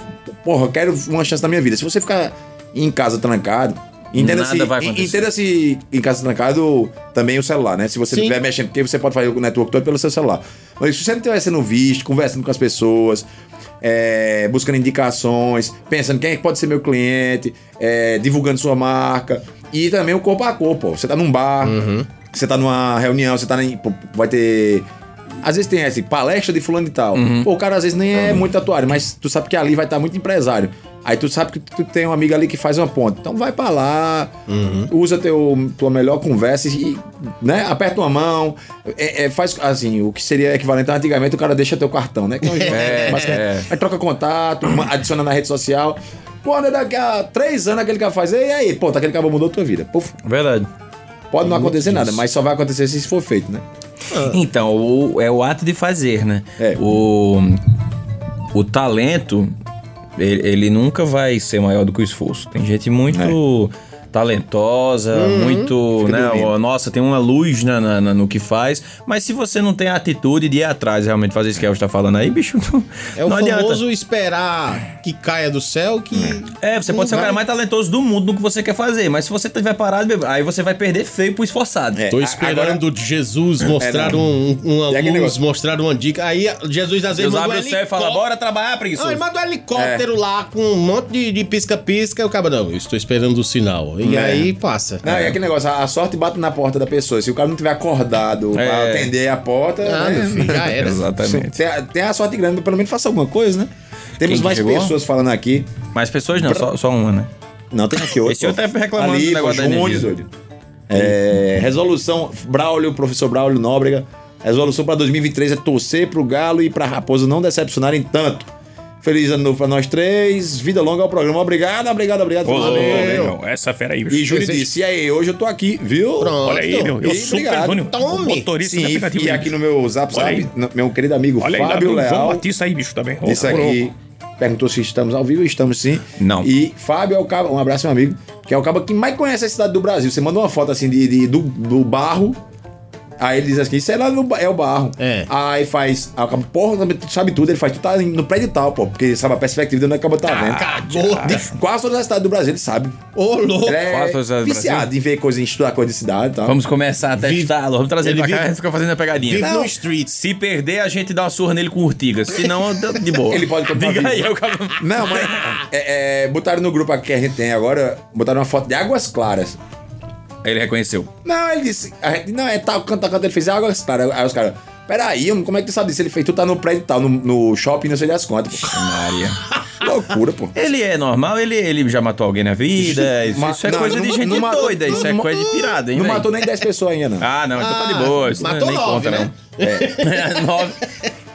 porra, eu quero uma chance na minha vida. Se você ficar em casa trancado, entenda-se.
Nada vai acontecer.
Entenda-se em casa trancado também o celular, né? Se você
Sim.
estiver mexendo, porque você pode fazer o network todo pelo seu celular. Mas se você não estiver sendo visto, conversando com as pessoas, é, buscando indicações, pensando quem é que pode ser meu cliente, é, divulgando sua marca. E também o corpo a corpo. ó. Você tá num bar,
Uhum.
você tá numa reunião, você tá em. pô, Vai ter. Às vezes tem essa palestra de fulano e tal. Pô, o cara às vezes nem é muito tatuado, mas tu sabe que ali vai estar muito empresário. Aí tu sabe que tu tem um amigo ali que faz uma ponte. Então vai pra lá, usa teu, tua melhor conversa e, né, aperta uma mão. É, é, faz assim, o que seria equivalente a antigamente, o cara deixa teu cartão, né? Que é um jeito, basicamente. Aí troca contato, ma- adiciona na rede social. Pô, né, daqui a três anos aquele cara faz. E aí, pô, tá, aquele cara mudou tua vida. Puf,
Verdade.
pode não acontecer nada, mas só vai acontecer se isso for feito, né?
Então, o- é o ato de fazer, né?
É.
O, o
É.
talento, ele, ele nunca vai ser maior do que o esforço. Tem gente muito talentosa,
Uhum.
muito.
Fica
Né,
dormindo.
ó, nossa, tem uma luz na, na- na- no que faz. Mas se você não tem a atitude de ir atrás, realmente fazer isso que a está falando aí, bicho, não,
É o
não adianta.
famoso esperar que caia do céu que.
É, você
não
pode ser o cara
vai.
mais talentoso do mundo no que você quer fazer, mas se você tiver parado, meu, aí você vai perder feio pro esforçado.
É.
Tô
A-
esperando Jesus mostrar
não.
um, uma
É aquele
luz,
negócio.
mostrar uma dica. Aí Jesus às vezes
Deus
manda um
abre o céu e fala,
helicóptero.
bora trabalhar,
Não,
preguiçoso.
ele manda um helicóptero
É.
lá com um monte de- de pisca-pisca. E o cara, não, eu estou esperando o sinal. E
É.
aí passa.
Não, é aquele negócio, a a sorte bate na porta da pessoa. Se o cara não tiver acordado pra
É.
atender a porta.
Ah,
né?
meu filho, já era.
Exatamente.
Tem, a- tem a sorte grande, mas pelo menos faça alguma coisa, né? Temos
que
mais
chegou?
pessoas falando aqui.
Mas pessoas não, só, só uma, né?
Não, tem aqui outro.
Esse outro
é
é reclamando
Ali,
do negócio
pô,
da
Júnior,
energia.
doido. É, resolução, Braulio, professor Braulio Nóbrega. Resolução para 2023 é torcer pro Galo e pra Raposa não decepcionarem tanto. Feliz ano novo pra nós três. Vida longa ao programa. Obrigado, obrigado, obrigado.
Ô,
Valeu.
meu, essa fera aí, bicho.
E Júlio disse, e aí, hoje eu tô aqui, viu?
Pronto.
Olha aí, meu. Eu
E
super
obrigado.
Júnior.
Tome.
Motorista
Sim,
de aplicativo.
e aqui no meu zap,
Olha
zap,
aí.
no- meu querido amigo
Olha aí, lá,
Fábio
tem o João
Leal.
Batista aí, bicho, também.
Isso
Ô,
aqui. Perguntou se estamos ao vivo, estamos sim.
Não.
E Fábio é o cabo, um abraço, meu amigo, que é o cabo que mais conhece a cidade do Brasil. Você manda uma foto assim de, de- do, do barro. Aí ele diz assim, isso é lá no, ba- é o barro.
É.
Aí faz. Aí o cabo, porra, tu sabe tudo, ele faz, tu tá no prédio tal, pô. Porque sabe a perspectiva de onde acaba
Ah,
tá vendo.
Cagou. né?
De quase todas as cidades do Brasil, ele sabe.
Ô, louco.
Ele é
quase todas as cidades do
viciado em ver coisa, em estudar coisa de cidade e tal.
Vamos começar a testá-lo. Vamos trazer ele,
Ele
pra cá
vive-
e fica fazendo a pegadinha.
Vive
Não.
no street.
Se perder, a gente dá uma surra nele com urtiga. Se não, dá- de boa.
Ele pode comprar
Diga
vivo.
aí, eu acabo...
Não, mas é, é, botaram no grupo aqui que a gente tem agora, botaram uma foto de Águas Claras.
Ele reconheceu.
Não, ele disse, a gente, não, é tal, canto, tal, canto, ele fez Águas Claras. Aí os caras, peraí, homem, como é que tu sabe disso? Ele fez, tu tá no prédio e tal, no, no shopping, não sei das contas. pô.
Maria.
Loucura, pô.
Ele é normal, ele, ele já matou alguém na vida. Isso,
Ma-
isso é
não,
coisa
não-
de gente
não matou-
doida, isso é
não-
coisa de pirada, hein?
Não
véi?
matou nem 10 pessoas ainda, não.
Ah, não, então tá de boa. Isso
matou
nem
nove,
conta,
né?
não. É. nove.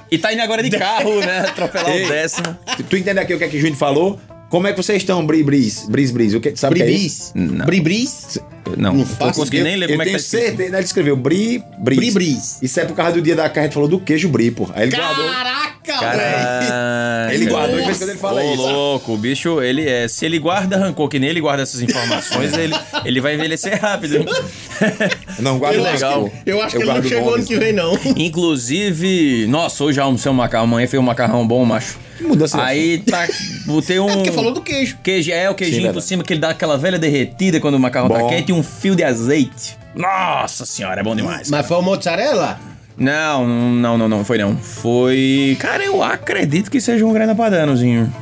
E tá indo agora de carro, né? Atropelar
Ei.
o décimo.
Tu- Tu entende aqui o que é que o Júnior falou? Como é que vocês estão, Bri Bris? Bris Bris, o que, sabe o que é isso?
Bribris. Bribris.
Não,
Não
não
faço
consegui
ideia.
nem ler
Eu
como é que
tenho
tá escrito.
certeza, né, ele escreveu Bri Bris.
Bri Bris.
Isso é por causa do dia da carreta, falou do queijo Bri, pô. Aí ele guardou.
Caraca, velho.
Caraca.
Ele guardou e fez quando ele
Ô,
fala isso.
louco, o bicho, ele é. Se ele guarda rancor que nem ele guarda essas informações, ele, ele vai envelhecer rápido. hein?
Não, guarda
Eu
não,
acho
pô.
que, eu acho que ele não
guardo
chegou ano
nomes.
que vem, não.
Inclusive, nossa, hoje eu almocei um macarrão, amanhã fez um macarrão bom, macho.
Que mudança de É
Aí tá. Botei um.
Porque falou do queijo.
Queijo, é o
Sim,
queijinho
verdade.
por cima que ele dá aquela velha derretida quando o macarrão
Bom.
tá quente e um fio de azeite. Nossa senhora, é bom demais.
Mas foi o mozzarella?
Não, não, não, não foi não. Foi. Cara, eu acredito que seja um grana padanozinho.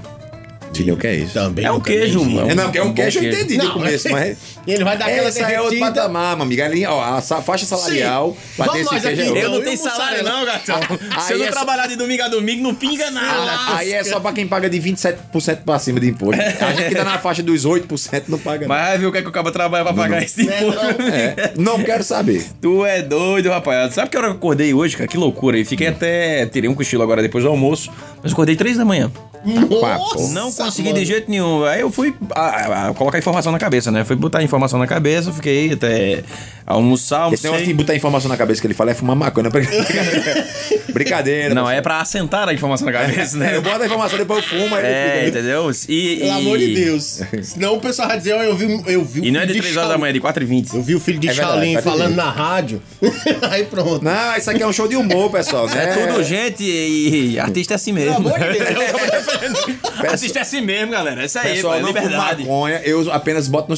Filho, o que é isso?
Também.
É um
nunca
queijo,
vi.
mano.
É, não, porque é um
Bom
queijo, eu
queijo.
entendi no
Não, é-
começo, mas...
Ele vai dar aquela
Essa é outro
derretida.
patamar, meu amigo. Ali, ó, a sa- faixa salarial...
Sim.
pra ter
Vamos nós
esse queijo
aqui,
é
Eu
outro.
então.
não
e
tenho
o mussarela?
salário, não, gatão.
Aí
Se eu não
é só-
trabalhar de domingo a domingo, não pinga nada.
Aí é só pra quem paga de 27% pra cima de imposto. A gente que tá na faixa dos 8% não paga.
Mas vai ver o que, é que o cabo trabalha pra pagar esse imposto.
não. É, não quero saber.
Tu é doido, rapaz. Sabe que hora que eu acordei hoje, cara? Que loucura. E fiquei até. Tirei um cochilo agora depois do almoço. Mas acordei três da manhã.
Nossa,
Não consegui
mano.
de jeito nenhum. Aí eu fui ah, ah, colocar informação na cabeça, né? Fui botar informação na cabeça, fiquei até almoçar,
Esse negócio de
almocei.
botar informação na cabeça que ele fala é fumar maconha. né? Brincadeira.
Não, é pra assentar a informação na cabeça, né?
né? Eu boto a informação, depois eu fumo, aí
É,
ele fica...
entendeu? E,
Pelo
e-
amor de Deus. Senão o pessoal vai dizer, ó, eu vi, um, eu vi o
E não é de
filho
3 horas da
Shaolin.
manhã, é de 4 e 20
Eu vi o filho de
É verdade,
Shaolin
faz
falando
sentido.
na rádio. Aí pronto.
Não, isso aqui é um show de humor, pessoal. né?
É, tudo gente e, e artista é assim mesmo.
Pelo amor de Deus.
artista é assim mesmo, galera. É isso aí, pô,
Pessoal,
é
não fumo
liberdade.
maconha, eu apenas boto no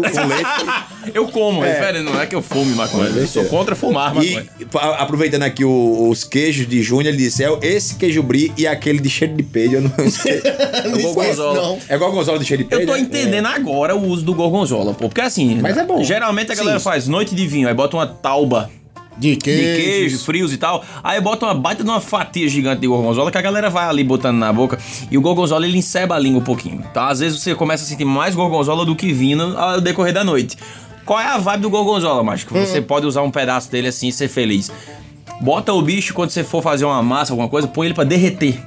com leite.
eu como,
É.
é. diferente, não é que eu fume maconha. Eu sou contra fumar Ah, maconha.
E a- aproveitando aqui o- os queijos de Júnior, ele disse: é esse queijo brie e aquele de cheiro de peido. Eu não sei.
Não esquece,
É Gorgonzola.
não.
é igual Gonzalo de cheiro de peido?
Eu tô
né?
entendendo agora o uso do gorgonzola, pô. Porque assim.
Mas é bom.
Geralmente a galera
Sim.
faz noite de vinho, aí bota uma tauba
De
de
queijo.
queijo, frios e tal. Aí bota uma baita de uma fatia gigante de gorgonzola que a galera vai ali botando na boca. E o gorgonzola ele enceba a língua um pouquinho, tá? Às vezes você começa a sentir mais gorgonzola do que vinho ao decorrer da noite. Qual é a vibe do gorgonzola, macho? Que Você pode usar um pedaço dele assim e ser feliz. Bota o bicho quando você for fazer uma massa, alguma coisa, põe ele pra derreter.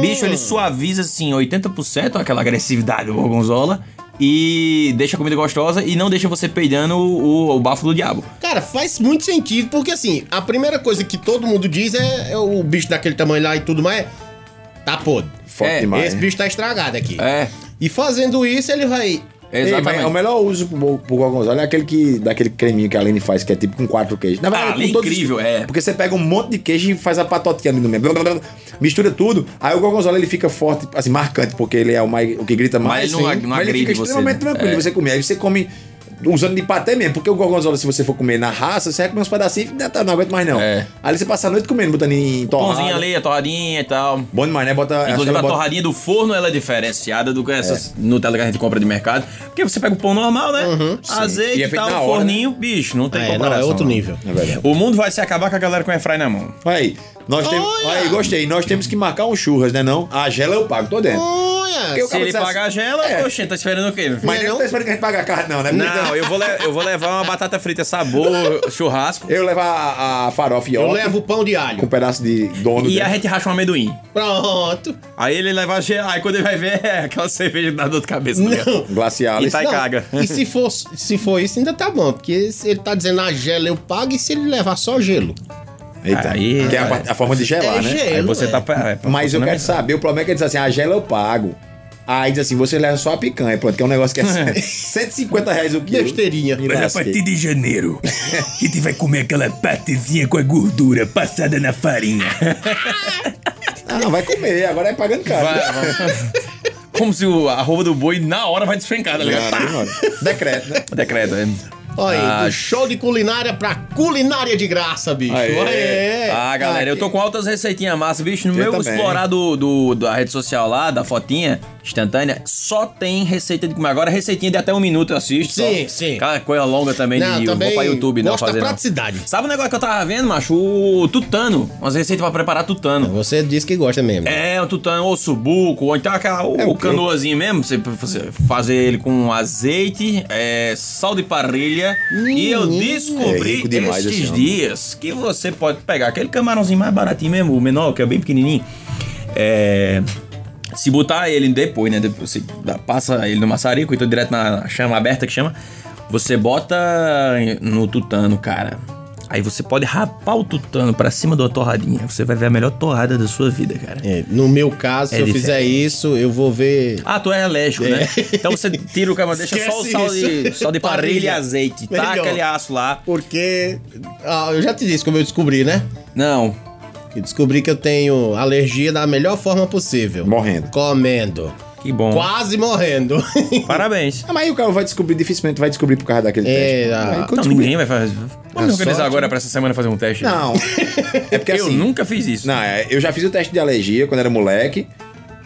Bicho, ele suaviza assim 80% aquela agressividade do gorgonzola e deixa a comida gostosa e não deixa você peidando o, o, o bafo do diabo.
Cara, faz muito sentido, porque assim, a primeira coisa que todo mundo diz é, é o bicho daquele tamanho lá e tudo mais. Tá podre.
Forte
É,
demais.
Esse bicho tá estragado aqui.
É.
E fazendo isso, ele vai
Exatamente. é
Ei, mas é o melhor uso pro, pro gorgonzola é aquele que, daquele creminho que a Aline faz, que é tipo com quatro queijos. Na
Ah,
verdade,
ali
com
é
todos os-
incrível, é.
Porque você pega um monte de queijo e faz a patotinha ali no meio. Blá, blá, blá, mistura tudo. Aí o gorgonzola ele fica forte, assim, marcante, porque ele é o, mais, o que grita mais.
ele não
assim,
ag- não
mas ele
agride
fica
você,
extremamente
né?
tranquilo
É.
de você comer. Aí você come usando de paté mesmo, porque o gorgonzola, se você for comer na raça, você vai comer uns pedacinhos e não, não aguento mais não.
É.
Ali você passa a noite comendo, botando em torrada.
Pãozinho ali, a torradinha e tal.
Bom demais, né? Bota, acho que É.
Inclusive,
ela
a
bota-
torradinha do forno ela é diferenciada do que essas Nutella que a gente compra de mercado. Porque você pega o pão normal, né? Azeite
E
e,
é feito
tal,
na hora,
forninho, bicho, não tem
É, não,
comparação. né?
é outro
não.
nível.
É verdade.
O mundo vai se acabar com a galera com airfry na mão.
Olha aí. Nós temos. Olha aí, gostei. Nós temos que marcar um churras, né? Não? A gela eu pago, tô dentro.
Olha,
Eu
Se
acabo de
ele
dizer
pagar a
assim,
gela,
é.
oxe, tá esperando o quê? meu filho?
Mas não tá esperando que a gente pague a carne, não, né?
Não, eu vou, le- eu vou levar uma batata frita sabor churrasco
Eu levo a, a farofa e
eu
óleo
levo o pão de
com um
alho.
pedaço de dono.
e a
dentro.
gente racha um amendoim.
Pronto.
Aí ele leva a gela, aí quando ele vai ver, é aquela cerveja da dor de cabeça. né?
Não.
Glacial.
E tá- Aí
Não,
caga.
E se for, se for isso, ainda tá bom. Porque se ele tá dizendo a gelo, eu pago. E se ele levar só gelo?
Eita.
Aí,
que é a, parte- a forma de gelar, né?
é gelo.
Aí você
é.
tá. pra- é pra
Mas eu
funcionar
quero
mesmo.
saber, o problema é que ele diz assim, a gela eu pago. Aí diz assim, você leva só a picanha, pronto, que é um negócio que é 150 reais o quilo.
Besteirinha.
Me
A
lasquei.
partir de janeiro, a gente vai comer aquela patezinha com a gordura passada na farinha.
Ah, não, vai comer, agora é pagando caro.
Vai, vai. Como se o arroba do boi na hora vai desfrencar, tá ligado?
Cara,
Pá!
mano. Decreto, né?
Decreto, é.
Olha aí,
Ah,
do show de culinária pra culinária de graça, bicho. Tá
Aê.
Aê.
Ah, galera, eu tô com altas receitinhas massa, bicho. No
Eu
meu
também.
explorar do, do- da rede social lá, da fotinha instantânea, só tem receita de comer. Agora, receitinha de até um minuto eu assisto.
Sim,
só.
sim.
Aquela coisa longa também
Não,
de
também
vou pra YouTube, não
gosto da
fazer. não.
praticidade.
Sabe o negócio que eu tava vendo, macho? O tutano. Umas receitas pra preparar tutano.
Você disse que gosta mesmo.
É, o tutano, ou subuco, ou então aquela, o,
É, o que eu-
canoazinho mesmo, você, você fazer ele com azeite, é, sal de parrilha. e eu
É
descobri
rico demais esse
esses
homem.
dias que você pode pegar aquele camarãozinho mais baratinho mesmo, o menor, que é bem pequenininho. É, se botar ele depois, né? Depois você dá- passa ele no maçarico, então direto na chama aberta que chama. Você bota no tutano, cara. Aí você pode rapar o tutano pra cima de uma torradinha. Você vai ver a melhor torrada da sua vida, cara.
É, no meu caso, se
É
eu fizer isso, eu vou ver.
Ah, tu é alérgico, né? Então você tira o camarão, deixa só o
Esquece
sal de,
isso.
sal de parrilha e
Parrilha.
azeite.
Melhor.
Taca aquele aço lá.
Porque. ah, eu já te disse como eu descobri, né?
Não.
Eu descobri que eu tenho alergia da melhor forma possível.
Morrendo.
Comendo.
Que bom.
Quase morrendo.
Parabéns.
Ah, mas aí o cara vai descobrir, dificilmente vai descobrir por causa daquele
É,
teste.
a-
Aí quando
ah, Não,
descobrir-
ninguém vai fazer. Vamos me organizar
sorte,
agora pra essa semana fazer um teste.
Tá né? Não. É porque
Eu
assim.
nunca fiz isso.
Não, é, eu já fiz o teste de alergia quando era moleque,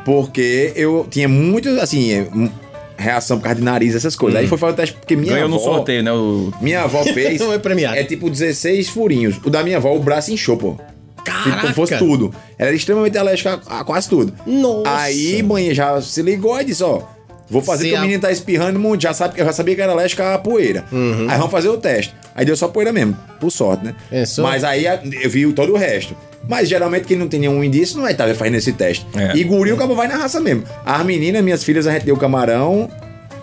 porque eu tinha muito, assim, é, um- reação por causa de nariz, essas coisas. Aí foi fazer o teste porque minha
Hum. Ganhou
avó.
no sorteio, né? O...
Minha avó fez.
Não é premiado.
É tipo 16 furinhos. O da minha avó, o braço inchou, pô. Tipo, como fosse
Caraca!
tudo. Ela era extremamente alérgica a, a quase tudo.
Nossa.
Aí, mãe, já se ligou e disse, ó. Vou fazer
Se
que o
a-
menino tá espirrando muito. Já sabe, eu já sabia que era alérgica à poeira.
Uhum.
Aí vamos fazer o teste. Aí deu só poeira mesmo, por sorte, né?
Pensou?
Mas aí a- eu vi todo o resto. Mas geralmente quem não tem nenhum indício não vai estar fazendo esse teste.
É.
E guri, o cabo vai na raça mesmo. As meninas, minhas filhas, a gente deu camarão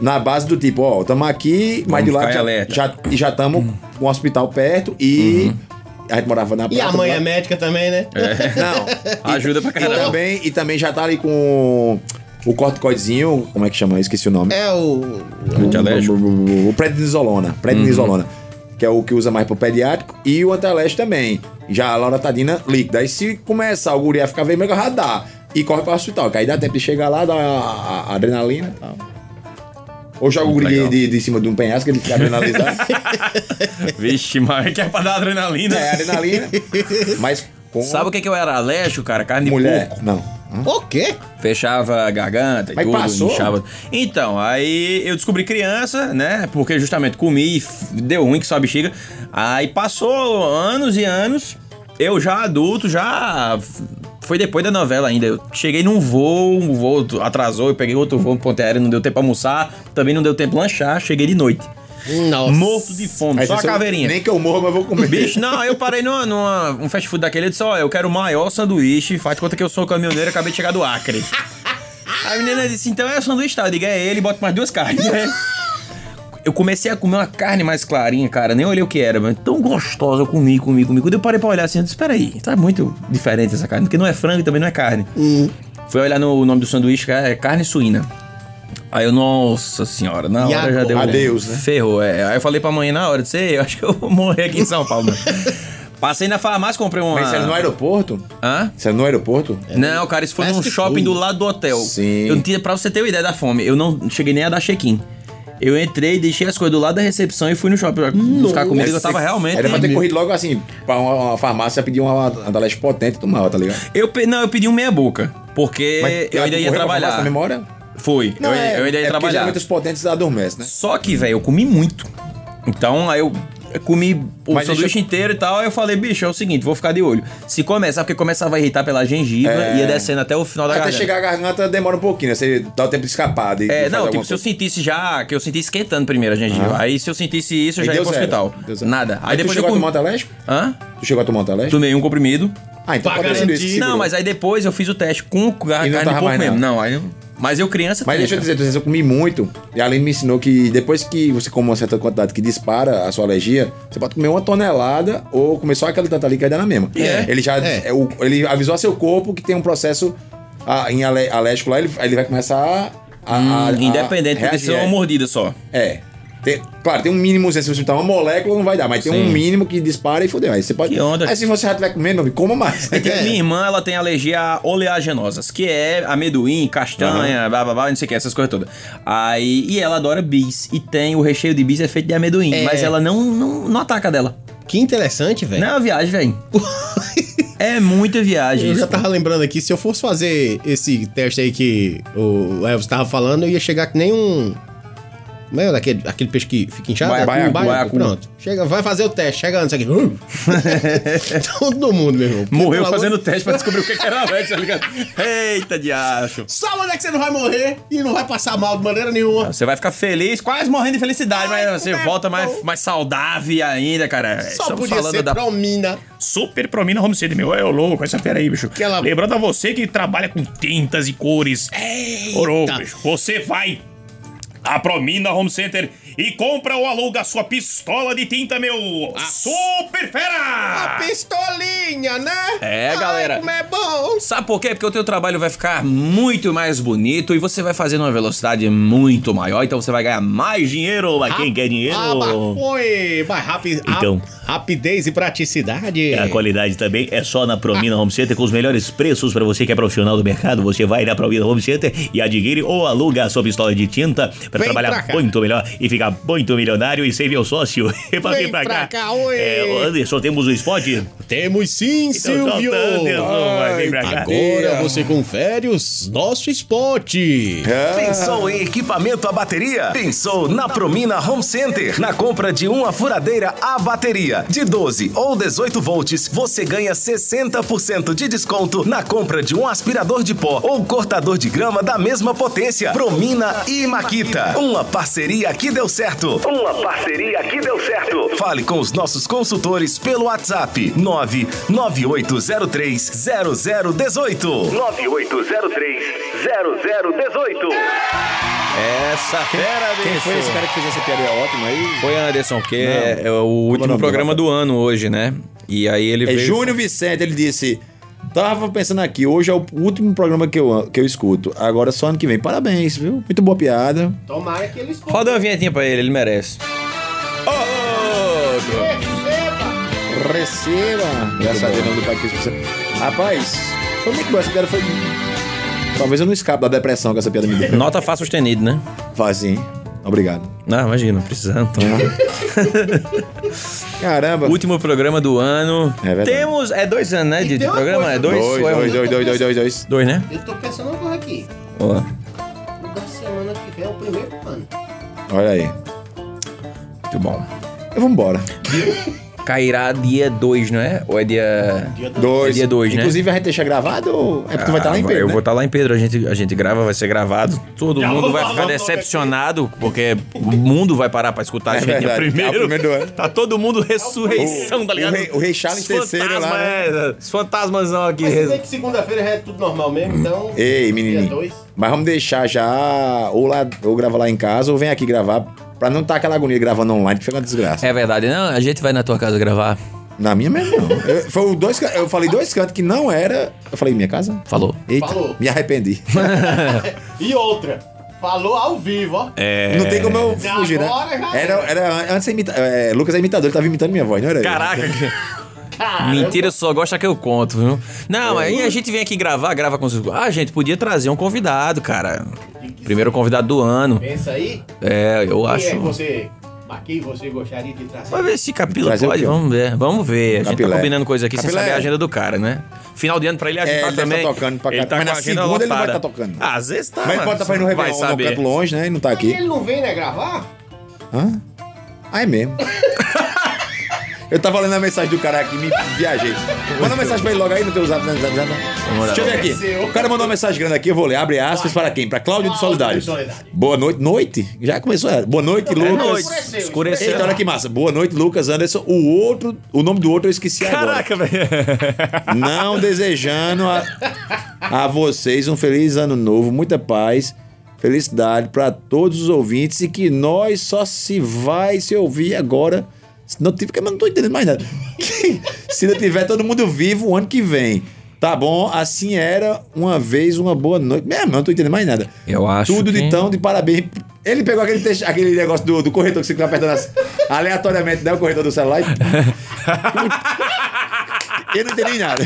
na base do tipo, ó, tamo aqui, mas
Vamos
de lá
ficar em
já,
alerta.
já e já estamos com um hospital perto e a gente morava na
E a mãe é médica também, né?
É.
Não.
Ajuda pra
E
caramba.
também, e também já tá ali com o corticoidezinho, como é que chama? Eu esqueci o nome.
É o.
Antialérgico.
O prednisolona, prednisolona, que é o que usa mais pro pediátrico, e o antialérgico também. Já a lauratadina líquida. Aí se começar o guri a ficar vermelho, radar e corre para o hospital, que aí dá tempo de chegar lá, dá a, a adrenalina e tal. Ou joga o guri de,
Legal.
de, de cima de um penhasco, que ele fica adrenalizado.
Vixe, mas que é pra dar adrenalina.
É, adrenalina. Mas com
Sabe o é? que, que eu era alérgico, cara? Carne de
mulher.
porco.
Não.
O quê?
Fechava a garganta e
Mas
tudo,
passou?
inchava. Então, aí eu descobri criança, né? Porque justamente comi e f- deu ruim que só a bexiga. Aí passou anos e anos. Eu já adulto, já. f- Foi depois da novela ainda. Eu cheguei num voo, um voo atrasou, eu peguei outro voo no ponte aérea, não deu tempo pra almoçar, também não deu tempo pra lanchar, cheguei de noite.
Nossa.
Morto de fome,
Aí
só a
você-
caveirinha.
Nem que eu morra, mas eu vou comer.
Bicho, não, aí eu parei numa, numa- um fast food daquele e disse, ó, eu quero o maior sanduíche, faz de conta que eu sou caminhoneiro, acabei de chegar do Acre. Aí a menina disse, então é o sanduíche, tá? Eu digo, é ele, bota mais duas carnes. Eu comecei a comer uma carne mais clarinha, cara, nem olhei o que era, mas tão gostosa, eu comi, comi, comi. Quando eu parei pra olhar assim, eu disse, peraí, tá muito diferente essa
Hum.
carne, porque não é frango e também não é carne. Fui olhar no o nome do sanduíche, cara, é carne suína. Aí eu, nossa senhora, na hora
E
já
agora?
deu. um
Adeus, né?
Ferrou, é. Aí eu falei pra mãe na hora, disse, "Ei, eu acho que eu vou morrer aqui em São Paulo. meu." Passei na farmácia, comprei uma.
Mas isso era no aeroporto?
Hã?
Isso era no aeroporto?
Não, cara, isso foi num
Fast
shopping
food.
do lado do hotel.
Sim.
Eu não tinha, pra você ter uma ideia da fome, eu não cheguei nem a dar check-in. Eu entrei, deixei as coisas do lado da recepção e fui no shopping pra buscar comida que eu tava realmente.
É, Era pra ter corrido logo assim, pra uma, uma farmácia pedir uma Adaleste potente e tomar, tá ligado?
Eu pe- Não, eu pedi um meia boca. Porque É, eu ainda ia
Na
trabalhar.
memória?
Foi. eu, eu ainda ia
né, é porque
trabalhar.
geralmente os potentes adormecem, né?
Só que, velho, eu comi muito. Então, aí eu comi o
Mas
sanduíche
deixa
inteiro e tal. Aí eu falei, bicho, é o seguinte, vou ficar de olho. Se começar, porque começava a irritar pela gengiva,
É.
ia descendo até o final da
Até
garganta.
chegar a garganta demora um pouquinho, né? Você dá o tempo de escapar.
É,
De, de
não,
fazer
tipo,
alguma
se eu
coisa.
sentisse já, que eu senti esquentando primeiro a gengiva. Aí se eu sentisse isso, eu
Aí
já ia
deu
pro
zero.
hospital.
Deu zero.
Nada. Aí,
tu
depois eu
chegou a
comi...
tomar o Telesco?
Hã?
Tu chegou a tomar o Telesco?
Tomei um comprimido.
Ah, então
Pra
pode ser isso.
garantir.
segurou.
Não, mas aí depois eu fiz o teste com gar-
E
carne
não tava
de porco
mais
mesmo.
nada.
Não, aí... eu- Mas eu criança...
Mas deixa eu dizer, tu disse, eu comi muito. E além me ensinou que depois que você come uma certa quantidade que dispara a sua alergia, você pode comer uma tonelada ou comer só aquela tanta ali que vai dar na mesma.
É.
Ele já
É.
é o- ele avisou a seu corpo que tem um processo ah, em ale- alérgico lá, ele, ele vai começar a, a, a-
Hum, Independente, porque
reagir,
se é uma
é.
mordida só.
É. Tem- claro, tem um mínimo, se você botar uma molécula, não vai dar, mas tem um mínimo que dispara e fodeu. Aí você pode.
Que onda.
Aí se você já tiver comendo, meu amigo, coma mais.
Tem-
É.
Minha irmã, ela tem alergia a oleaginosas, que é amendoim, castanha, blá blá blá, não sei o que, essas coisas todas. Aí, e ela adora bis. E tem, o recheio de bis é feito de amendoim,
É.
mas ela não, não, não ataca dela.
Que interessante, velho.
Não é uma viagem, velho. é muita viagem.
Eu já
isso, pô.
tava lembrando aqui, se eu fosse fazer esse teste aí que o Elvis tava falando, eu ia chegar que nem um. Como é daquele, aquele peixe que fica inchado?
Baiacu,
Baiacu,
baiacu.
né?
Pronto. Chega, vai fazer o teste, chega antes aqui. Todo mundo, meu irmão. Porque,
Morreu
pelo amor-
fazendo teste pra descobrir o que que era alergia, tá ligado? Eita, diacho.
Só onde é que você não vai morrer e não vai passar mal de maneira nenhuma.
Você vai ficar feliz, quase morrendo de felicidade, mas você volta mais, mais saudável ainda, cara.
é Só podia ser promina.
Super Promina Home Center, meu. É ô louco, essa fera aí, bicho.
Aquela-
Lembrando a você que trabalha com tintas e cores. Ô, louco, bicho. Você vai à Promina Home Center e compra ou aluga a sua pistola de tinta, meu. A Super Fera!
Pistolinha, né?
Ah! É,
Ai,
galera.
Como é bom.
Sabe por quê? Porque o teu trabalho vai ficar muito mais bonito e você vai fazer numa velocidade muito maior, então você vai ganhar mais dinheiro. Mas quem quer dinheiro?
Ah,
Ah, Oi, vai rápido.
Então.
Rapidez e praticidade.
A qualidade também é só na Promina Home Center com os melhores preços para você que é profissional do mercado. Você vai na Promina Home Center e adquire ou aluga a sua pistola de tinta para
Vem pra
trabalhar
cá.
muito melhor e ficar muito milionário e ser meu sócio. E pra
Vem
vir pra
pra
cá.
cá, oi.
É, ô, Anderson, temos um spot?
Temos sim,
Então,
Silvio.
Anderson, vai vir pra cá.
Agora você confere os nosso spot.
É.
Pensou em equipamento à bateria? Pensou na Promina Home Center. Na compra de uma furadeira à bateria de 12 ou 18 volts, você ganha 60% de desconto na compra de um aspirador de pó ou cortador de grama da mesma potência. Promina e Maquita. Uma parceria que deu certo. Uma parceria que deu certo. Fale com os nossos consultores pelo WhatsApp 99803 0018. 9803 0018.
Essa fera, bicho.
Quem foi esse cara que fez essa piada É ótima aí?
Foi Anderson, que é, é o último
nome do
programa do ano hoje, né? E aí ele
É
veio.
Júnior Vicente, ele disse. Tava pensando aqui, hoje é o último programa que eu, que eu escuto. Agora só ano que vem. Parabéns, viu? Muito boa piada.
Tomara que eles
Roda uma vinhetinha pra ele, ele merece. Ô,
Receba! Graças a Deus, em nome do Pai que fez por você. Rapaz, foi muito bom. Essa piada foi. Talvez eu não escape da depressão que essa piada me
louco.
deu.
Nota Fá sustenido, né?
Faz sim. Obrigado.
Ah, imagina, precisando.
Caramba.
Último programa do ano.
É verdade.
Temos. É dois anos, né? De, de
tem uma
programa?
coisa-
É dois?
dois,
ou é um?
dois, dois, dois, dois, dois, dois.
Dois, né?
Eu tô pensando agora aqui.
Ó.
O da semana que vem é o primeiro ano.
Olha aí.
Muito bom.
Eu vou embora.
Cairá dia 2, não é? Ou é dia.
Dois.
Dia dois, né?
Inclusive, a gente deixa gravado ou é porque tu vai estar lá em
Eu
Pedro?
vou estar lá em Pedro, a gente, a gente grava, vai ser gravado. Todo
Já
mundo
vou
vai
falar
ficar
o nome
decepcionado, porque o mundo vai parar pra escutar a
É
gente é
verdade, é o
primeiro.
primeiro do ano.
Tá todo mundo ressurreição,
O-
tá ligado?
o rei- o rei Charles
Os
terceiro lá, né?
fantasmas, é, Os fantasmas não aqui. res-
que segunda-feira já é tudo normal mesmo, então.
Ei, menininho. Mas vamos deixar já, ou, lá, ou grava lá em casa, ou vem aqui gravar, pra não estar aquela agonia gravando online, que fica uma desgraça.
É verdade, não? A gente vai na tua casa gravar.
Na minha mesmo não. Eu, foi o dois, can- eu falei dois cantos que não era. Eu falei, minha casa?
Falou.
Eita,
Falou.
me arrependi.
E outra. Falou ao vivo, ó.
É,
Não tem como eu
Já
fugir, né?
agora já
Era, era antes de imitar. é, Lucas é imitador, ele tava imitando minha voz, não era? eu?
Caraca, que... Mentira, só gosta que eu conto, viu? Não, aí a gente vem aqui gravar, grava com os. Ah, gente, podia trazer um convidado, cara. Primeiro convidado do ano.
Pensa aí.
É, eu acho.
você. A quem você gostaria de trazer?
Vamos ver se Capila
Trazer o
pode.
quê?
Vamos ver, vamos ver. A gente
Capilé.
tá combinando coisa aqui sem
Capilé.
saber a agenda do cara, né? Final de ano pra ele
É,
agitar
ele deve
também.
tá tocando pra caralho. Mas
com a
na
agenda
segunda ele não vai
lotada.
tá tocando.
Ah, às vezes tá.
Mas ele pode estar fazendo um
vai
Réveillon num
saber.
canto longe, né? E não tá aqui.
Ele não vem, né, gravar?
Hã? Ah, é mesmo. Eu tava lendo a mensagem do cara aqui, me viajei. Manda uma mensagem pra ele logo aí no teu zap. Né? zap, zap. Deixa eu ver aqui. O cara mandou uma mensagem grande aqui, eu vou ler. Abre aspas para quem? Pra Cláudio de Solidário. Boa noite. Noite? Já começou. é. Boa noite, Lucas.
Escureceu.
é
Eita, olha que massa. Boa noite, Lucas Anderson. O outro, o nome do outro eu esqueci
Caraca, velho.
agora. Não desejando a, a vocês um feliz ano novo, muita paz, felicidade pra todos os ouvintes e que nós só se vai se ouvir agora. Se não tiver, porque eu não tô entendendo mais nada. se não tiver todo mundo vivo o ano que vem. Tá bom, assim era uma vez, uma boa noite. Mesmo, eu não tô entendendo mais nada.
Eu acho
Tudo de
que-
tão de parabéns. Ele pegou aquele, texto- aquele negócio do, do corretor que você fica apertando as- aleatoriamente, né? O corretor do celular. e- Eu não entendi nada.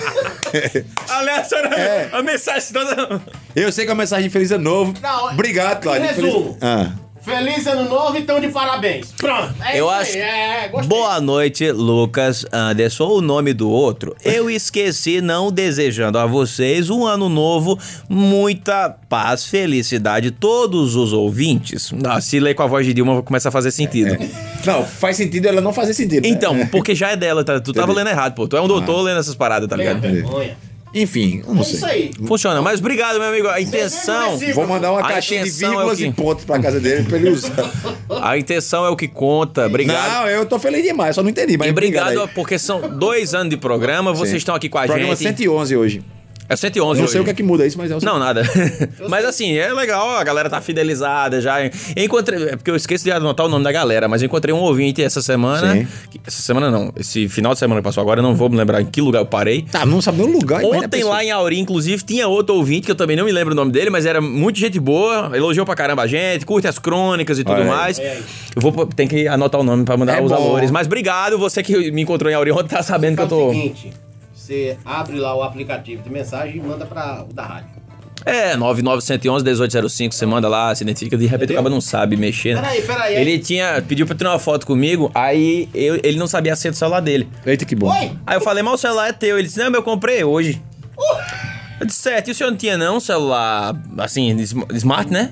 Aleatório.
É.
A mensagem toda.
Eu sei que é uma mensagem de feliz ano novo.
Não,
Obrigado, Cláudio.
em resumo.
Feliz- Ah.
Feliz ano novo, então de parabéns. Pronto. É
Eu
isso
acho.
Aí. É, gostei.
Boa noite, Lucas Anderson. O nome do outro. Eu esqueci, não desejando a vocês um ano novo, muita paz, felicidade, todos os ouvintes.
Ah, se ler com a voz de Dilma, começa a fazer sentido.
É. Não, faz sentido ela não fazer sentido. né? Ah.
Então, porque já é dela, tá? Tu tava lendo errado, pô. Tu é um doutor lendo essas paradas, tá
Tenha
ligado?
vergonha.
Enfim, eu não
É
sei.
isso aí. é
Funciona, mas obrigado, meu amigo. A intenção.
merecido.
Vou mandar uma
A
caixinha de
intenção é o
vírgulas
quê?
e pontos pra casa dele pra ele usar.
A intenção é o que conta. Obrigado.
Não, eu tô feliz demais, só não entendi, mas
E obrigado,
aí.
porque são dois anos de programa, vocês
Sim.
estão aqui com a
Programa
gente.
111 hoje.
É 111
Não
hoje.
sei o que é que muda isso, mas é o
Não, nada. mas assim, é legal, a galera tá fidelizada já. Eu encontrei. É porque eu esqueço de anotar o nome da galera, mas eu encontrei um ouvinte essa semana.
Sim.
que- essa semana não, esse final de semana que passou agora, eu não vou me lembrar em que lugar eu parei.
Tá, não sabe nem o lugar. imagina a
Ontem
pessoa.
lá em Auri, inclusive, tinha outro ouvinte que eu também não me lembro o nome dele, mas era muito gente boa, elogiou pra caramba a gente, curte as crônicas e tudo
Olha aí.
mais.
É.
Eu vou tem que anotar o nome pra mandar
É
os
bom.
valores. Mas obrigado, você que me encontrou em Auri ontem tá sabendo que eu
Faz
tô.
o seguinte. Você abre lá o aplicativo de mensagem e manda pra o da rádio.
É, 9911 1805, você manda lá, se identifica, de repente o cara não sabe mexer, né?
Peraí, peraí.
Ele tinha, pediu pra eu tirar uma foto comigo, aí eu- ele não sabia a senha do celular dele.
Eita, que bom.
Oi?
Aí eu falei, mas o celular é teu. Ele disse, não, mas eu comprei hoje. Eu disse, certo, e o senhor não tinha não um celular, assim, de sm- de smart, né?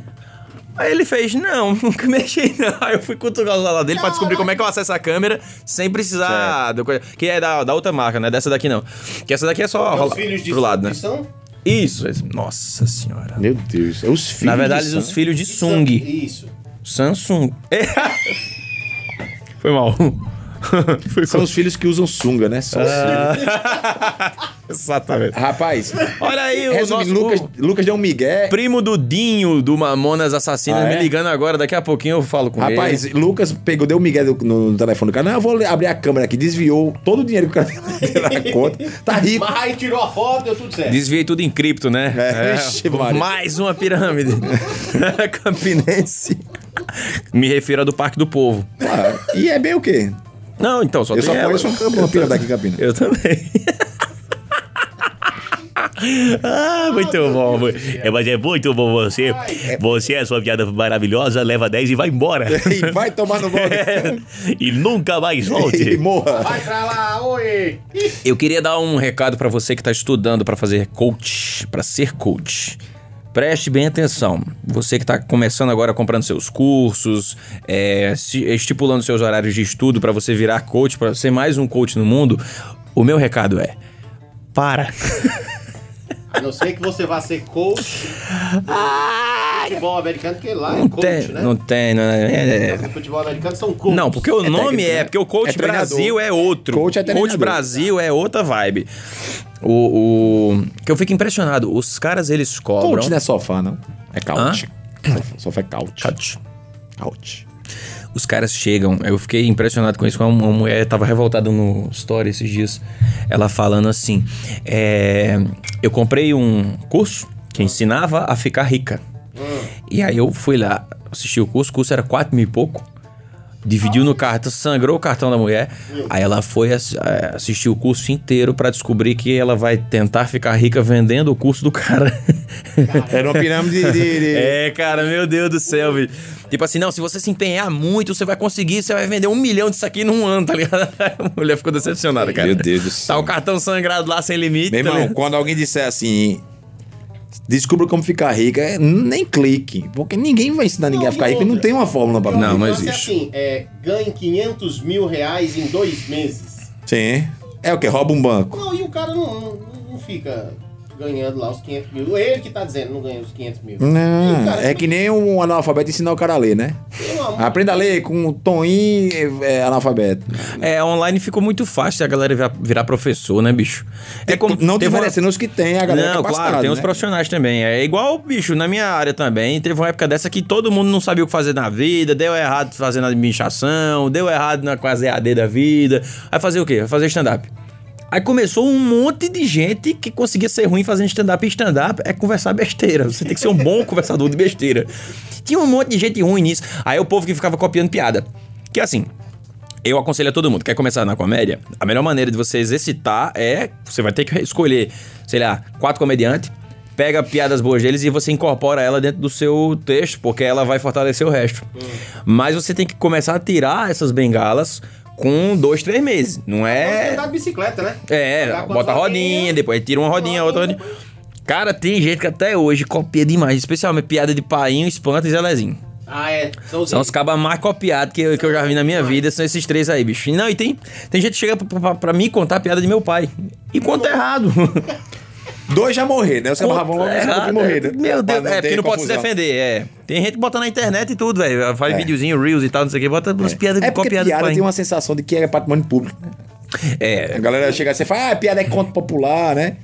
Aí ele fez, não, nunca mexi não. Aí eu fui cutucar o celular dele pra descobrir como é que eu acesso a câmera sem precisar... do coisa- que é da, da outra marca, né? Dessa daqui não. Que essa daqui é só
Meus
rolar
filhos de
pro lado, né?
são-
Isso, esse- nossa senhora.
Meu Deus, é os filhos.
Na verdade,
de
os
Sam.
filhos de Sung.
Isso.
Samsung. Foi mal. Foi
São os filhos que usam sunga, né? São os
Ah.
filhos.
Exatamente.
Rapaz,
Olha aí o
resumindo,
nosso
Lucas,
o
Lucas deu um migué.
primo do Dinho do Mamonas Assassinas
Ah, é?
me ligando agora. Daqui a pouquinho eu falo com
Rapaz,
ele.
Lucas pegou, deu um migué do- no, telefone do cara. Não, eu vou le- abrir a câmera aqui. Desviou todo o dinheiro que o cara tem na conta. Tá rico.
Mas aí tirou a foto, deu tudo certo.
Desviei tudo em cripto, né?
É, vixe, Maria.
mais uma pirâmide. Campinense. Me refiro a do Parque do Povo.
Ah, e é bem o quê?
Não, então, só
Eu
tem
só
ela.
conheço um campo, uma pira daqui, Campina.
Eu também.
Ah, muito bom. mu- É, mas é muito bom você.
é
Você, a sua piada maravilhosa, leva 10 e vai embora.
E vai tomar
É,
no bolo.
e nunca mais
e
volte.
morra.
Vai pra lá, oi.
Eu queria dar um recado pra você que tá estudando pra fazer coach, pra ser coach. Preste bem atenção. Você que tá começando agora comprando seus cursos, é, se- estipulando seus horários de estudo pra você virar coach, pra ser mais um coach no mundo, o meu recado é: para.
A não ser que você vá ser coach. futebol americano, que lá é coach,
Tem-
né?
Não tem, não é- é-
No futebol americano são coaches.
Não, porque o nome
técnico,
é,
né?
porque o Coach
É treinador.
Brasil é outro.
Coach é treinador.
Brasil é outra vibe. O, o- que eu fico impressionado, os caras eles cobram.
Couch não é sofá, não. É couch. Sofá é couch.
Couch.
Couch.
Os caras chegam, eu fiquei impressionado com isso. Uma, uma mulher tava revoltada no story esses dias. Ela falando assim: é, Eu comprei um curso que ensinava a ficar rica. E aí eu fui lá, assisti o curso, o curso era 4 mil e pouco. Dividiu no cartão, sangrou o cartão da mulher. Aí ela foi ass- eh, assistir o curso inteiro pra descobrir que ela vai tentar ficar rica vendendo o curso do cara.
Era É uma pirâmide de. de- de-
É, cara, meu Deus do céu, bicho. Tipo assim, não, se você se empenhar muito, você vai conseguir, você vai vender um milhão disso aqui num ano, tá ligado? A mulher ficou decepcionada, cara.
Meu Deus do
Tá
céu.
o cartão sangrado lá sem limite,
Meu
tá
irmão,
ligado?
quando alguém disser assim. Descubra como ficar rica, é, nem clique. Porque ninguém vai ensinar ninguém a ficar rico e não tem uma fórmula pra
Não, não
Então, se é
existe.
assim, é, ganhe 500 mil reais em dois meses.
Sim. É o que? Rouba um banco.
Não, e o cara não, não, não fica ganhando lá os 500 mil. Ele que tá dizendo, não ganha os 500 mil. E o
Não,
cara
é que nem um analfabeto ensinar o cara a ler, né?
Pelo amor-
Aprenda a ler com um toninho é, é, analfabeto.
É, online ficou muito fácil a galera virar, virar professor, né, bicho? É como.
Não
teve uma-
desmerecendo os que tem, a galera
Não,
que é
claro, tem
né?
os profissionais também. É igual, bicho, na minha área também. Teve uma época dessa que todo mundo não sabia o que fazer na vida, deu errado fazendo administração, deu errado na quase EAD da vida. Aí fazer o quê? Vai fazer stand-up. Aí começou um monte de gente que conseguia ser ruim fazendo stand-up. E stand-up é conversar besteira. Você tem que ser um bom conversador de besteira. Tinha um monte de gente ruim nisso. Aí o povo que ficava copiando piada. Que assim, eu aconselho a todo mundo, quer começar na comédia? A melhor maneira de você exercitar é. Você vai ter que escolher, sei lá, quatro comediantes, pega piadas boas deles e você incorpora ela dentro do seu texto, porque ela vai fortalecer o resto. Mas você tem que começar a tirar essas bengalas com dois, três meses. Não
Pode
é.
andar de bicicleta, né?
É,
Andar com
bota a
as
rodinha,
rodinhas.
depois tira uma rodinha, outra rodinha. Cara, tem gente que até hoje copia demais, especialmente piada de painho, espanta e zelezinho.
Ah, é. São os
São os cabas mais copiados que, eu- que eu já vi na minha vida, são esses três aí, bicho. Não, e tem, tem gente que chega pra, pra, pra mim contar a piada de meu pai. E conta errado.
Dois já morreram, né? Os caras vão logo
Conta
é,
errado.
morrer, né?
Meu
Pra
Deus, é
ter
porque não pode se
confusão.
defender, é. Tem gente que bota na internet e tudo, velho. Faz videozinho, reels e tal, não sei o que, bota umas piadas
É porque
copiadas
piada
do pai.
tem uma sensação de que é patrimônio público. né?
É.
A galera chega assim e fala, ah, piada é conto popular, né?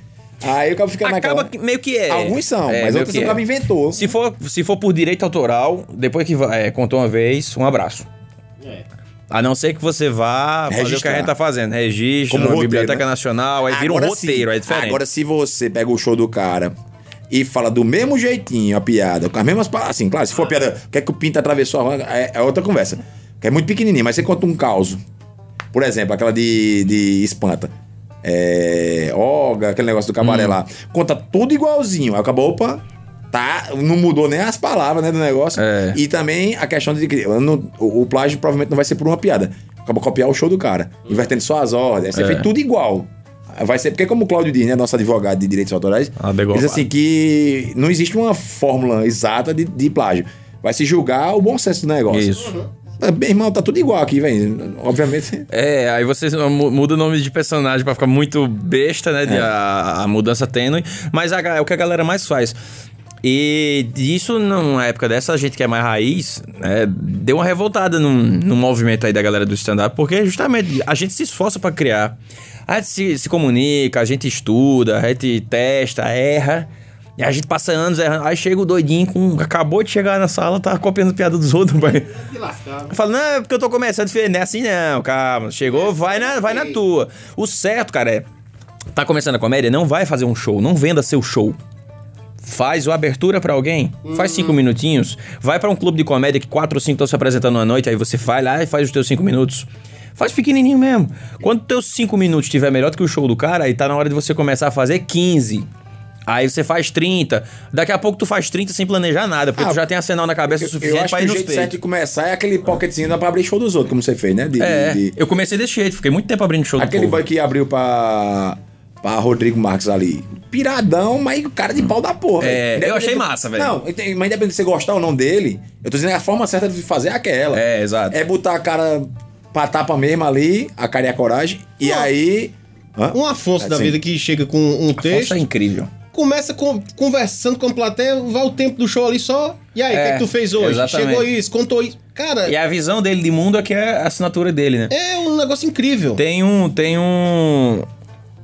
Aí o cara fica naquela...
Acaba que- meio que é.
Alguns são,
É,
mas
meio
outros
que
o cara inventou.
Se for, se for por direito autoral, depois que vai- é, contou uma vez, um abraço. A não ser que você vá fazer o que
Registrar.
a gente tá fazendo. Registro,
Como
na
roteiro,
Biblioteca
né?
Nacional, aí vira um
Agora se-
roteiro, é diferente.
Agora, se você pega o show do cara e fala do mesmo jeitinho a piada, com as mesmas palavras, assim, claro, se for piada, o que é que o Pinta atravessou a rua, é, é outra conversa. Que é muito pequenininho, mas você conta um caos. Por exemplo, aquela de, de espanta. É, Olga, aquele negócio do cabaré
Hum.
lá. Conta tudo igualzinho. Aí acabou, opa. Tá, não mudou nem as palavras né, do negócio.
É.
E também a questão de que eu não- o, o plágio provavelmente não vai ser por uma piada. Acaba copiar o show do cara, invertendo só as ordens.
É.
Você fez tudo igual. Vai ser, porque como o Cláudio diz, né, nosso advogado de direitos autorais,
Ah, degolado.
diz assim que não existe uma fórmula exata de, de plágio. Vai se julgar o bom senso do negócio.
Isso.
Mas, Meu irmão, tá tudo igual aqui, velho. Obviamente.
É, aí você mu- muda o nome de personagem pra ficar muito besta, né? de a, a mudança tênue. Mas a ga- é o que a galera mais faz. E isso, numa época dessa, a gente que é mais raiz, né, deu uma revoltada num, num movimento aí da galera do stand-up, porque justamente a gente se esforça pra criar. A gente se, se comunica, a gente estuda, a gente testa, erra. E a gente passa anos errando. Aí chega o doidinho com. Acabou de chegar na sala, tá copiando piada dos outros, pai.
Que lascado.
Eu falo, não, é porque eu tô começando. Eu falei, Não é assim não, calma.
É,
Chegou, vai na, vai na tua. O certo, cara, é... Tá começando a comédia? Não vai fazer um show. Não venda seu show. Faz uma abertura pra alguém. Faz
Hum.
cinco minutinhos. Vai pra um clube de comédia que quatro ou cinco estão se apresentando à noite. Aí você vai lá e faz os teus cinco minutos. Faz pequenininho mesmo. Quando teus cinco minutos estiver melhor do que o show do cara, aí tá na hora de você começar a fazer 15. Aí você faz 30. Daqui a pouco tu faz 30 sem planejar nada, porque
Ah,
tu já tem arsenal na cabeça o
Eu
suficiente
acho
pra
que
ir
o
nos
jeito certo
peitos.
de começar é aquele pocketzinho dá pra abrir show dos outros, como você fez, né? De- de-
É,
de-
eu comecei desse jeito, fiquei muito tempo abrindo show
Aquele
do povo.
boy que abriu pra, pra Rodrigo Marques ali. Piradão, mas o cara de pau da porra.
É,
velho.
eu achei
Independente-
massa, velho.
Não, ente- mas independente de você gostar ou não dele, eu tô dizendo que a forma certa de fazer é aquela.
É, exato.
É botar a cara pra tapa mesmo ali, a cara e a coragem, e aí. Hã?
Um Afonso
É
da
assim.
vida que chega com um texto,
Isso é incrível.
começa com- conversando com a plateia, vai o tempo do show ali só. E aí, o que,
É,
é que tu fez hoje?
exatamente.
Chegou isso, contou isso. Cara,
E a visão dele de mundo é que é a assinatura dele, né?
é um negócio incrível.
Tem um. Tem um.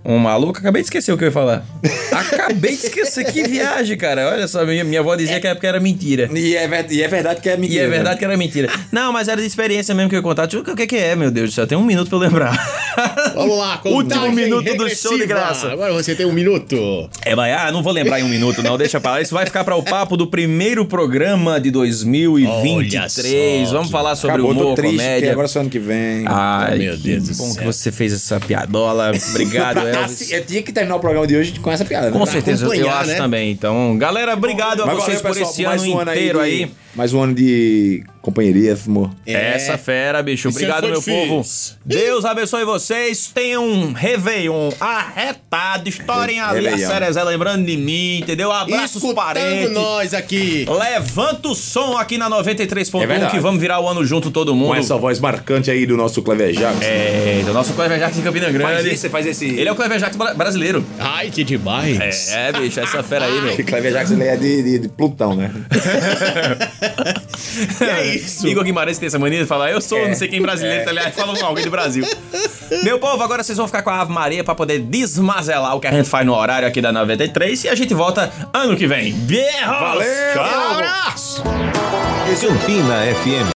Um maluco, acabei de esquecer o que eu ia falar. acabei de esquecer, que viagem, cara. Olha só, minha, minha avó dizia que na época era mentira.
E é, ver- e é verdade que é
E
né?
mentira.
é verdade que era mentira. Não, mas era de experiência mesmo que eu ia contar. Tipo, o que que é, meu Deus do céu? Tem um minuto pra eu lembrar.
Vamos lá,
Último
contagem
minuto do show de graça.
Agora você tem um minuto.
É, mas ah, não vou lembrar em um minuto, não. Deixa pra lá. Isso vai ficar para o papo do primeiro programa de
Olha
2023.
só,
Vamos falar sobre
Acabou,
humor,
tô triste, porque
comédia. Ah,
agora é só ano que vem.
Ai,
Meu Deus
que
do
bom
céu.
que você fez essa piadola. Obrigado,
Ah,
Elvis.
sim, eu tinha que terminar o programa de hoje com essa piada. né?
Com certeza, eu
acompanhar,
acho
né?
também. Então, galera, obrigado a
Mas
vocês
valeu,
por
pessoal,
esse
mais
ano
um
inteiro
de-
aí. É,
Mais um ano de companheirismo.
Essa fera, bicho.
Esse
Obrigado,
ano
meu
foi
povo.
difícil.
Deus abençoe vocês. Tenham um Réveillon arretado. Estourem ali a
Réveillon.
Cerezé lembrando de mim, entendeu? Abraço os
Escutando
parentes.
nós aqui.
Levanta o som aqui na
É
93.1
verdade.
que vamos virar o um ano junto todo mundo.
Com essa voz marcante aí do nosso clavejado.
É, o nosso Clever Jacques de Campina Grande.
Faz isso, você faz esse.
Ele é o Clever Jacques bra- brasileiro.
Ai, que demais.
É, bicho, essa fera aí, meu.
Que Clevejax ele é de, de- de Plutão, né?
É isso. Igor Guimarães tem essa mania de falar, eu sou não sei quem brasileiro, tá ligado? Fala com alguém do Brasil. Meu povo, agora vocês vão ficar com a Ave Maria pra poder desmazelar o que a gente faz no horário aqui da 93 e a gente volta
um
ano que vem. Berros!
Valeu!
Tchau!
é
Campina FM.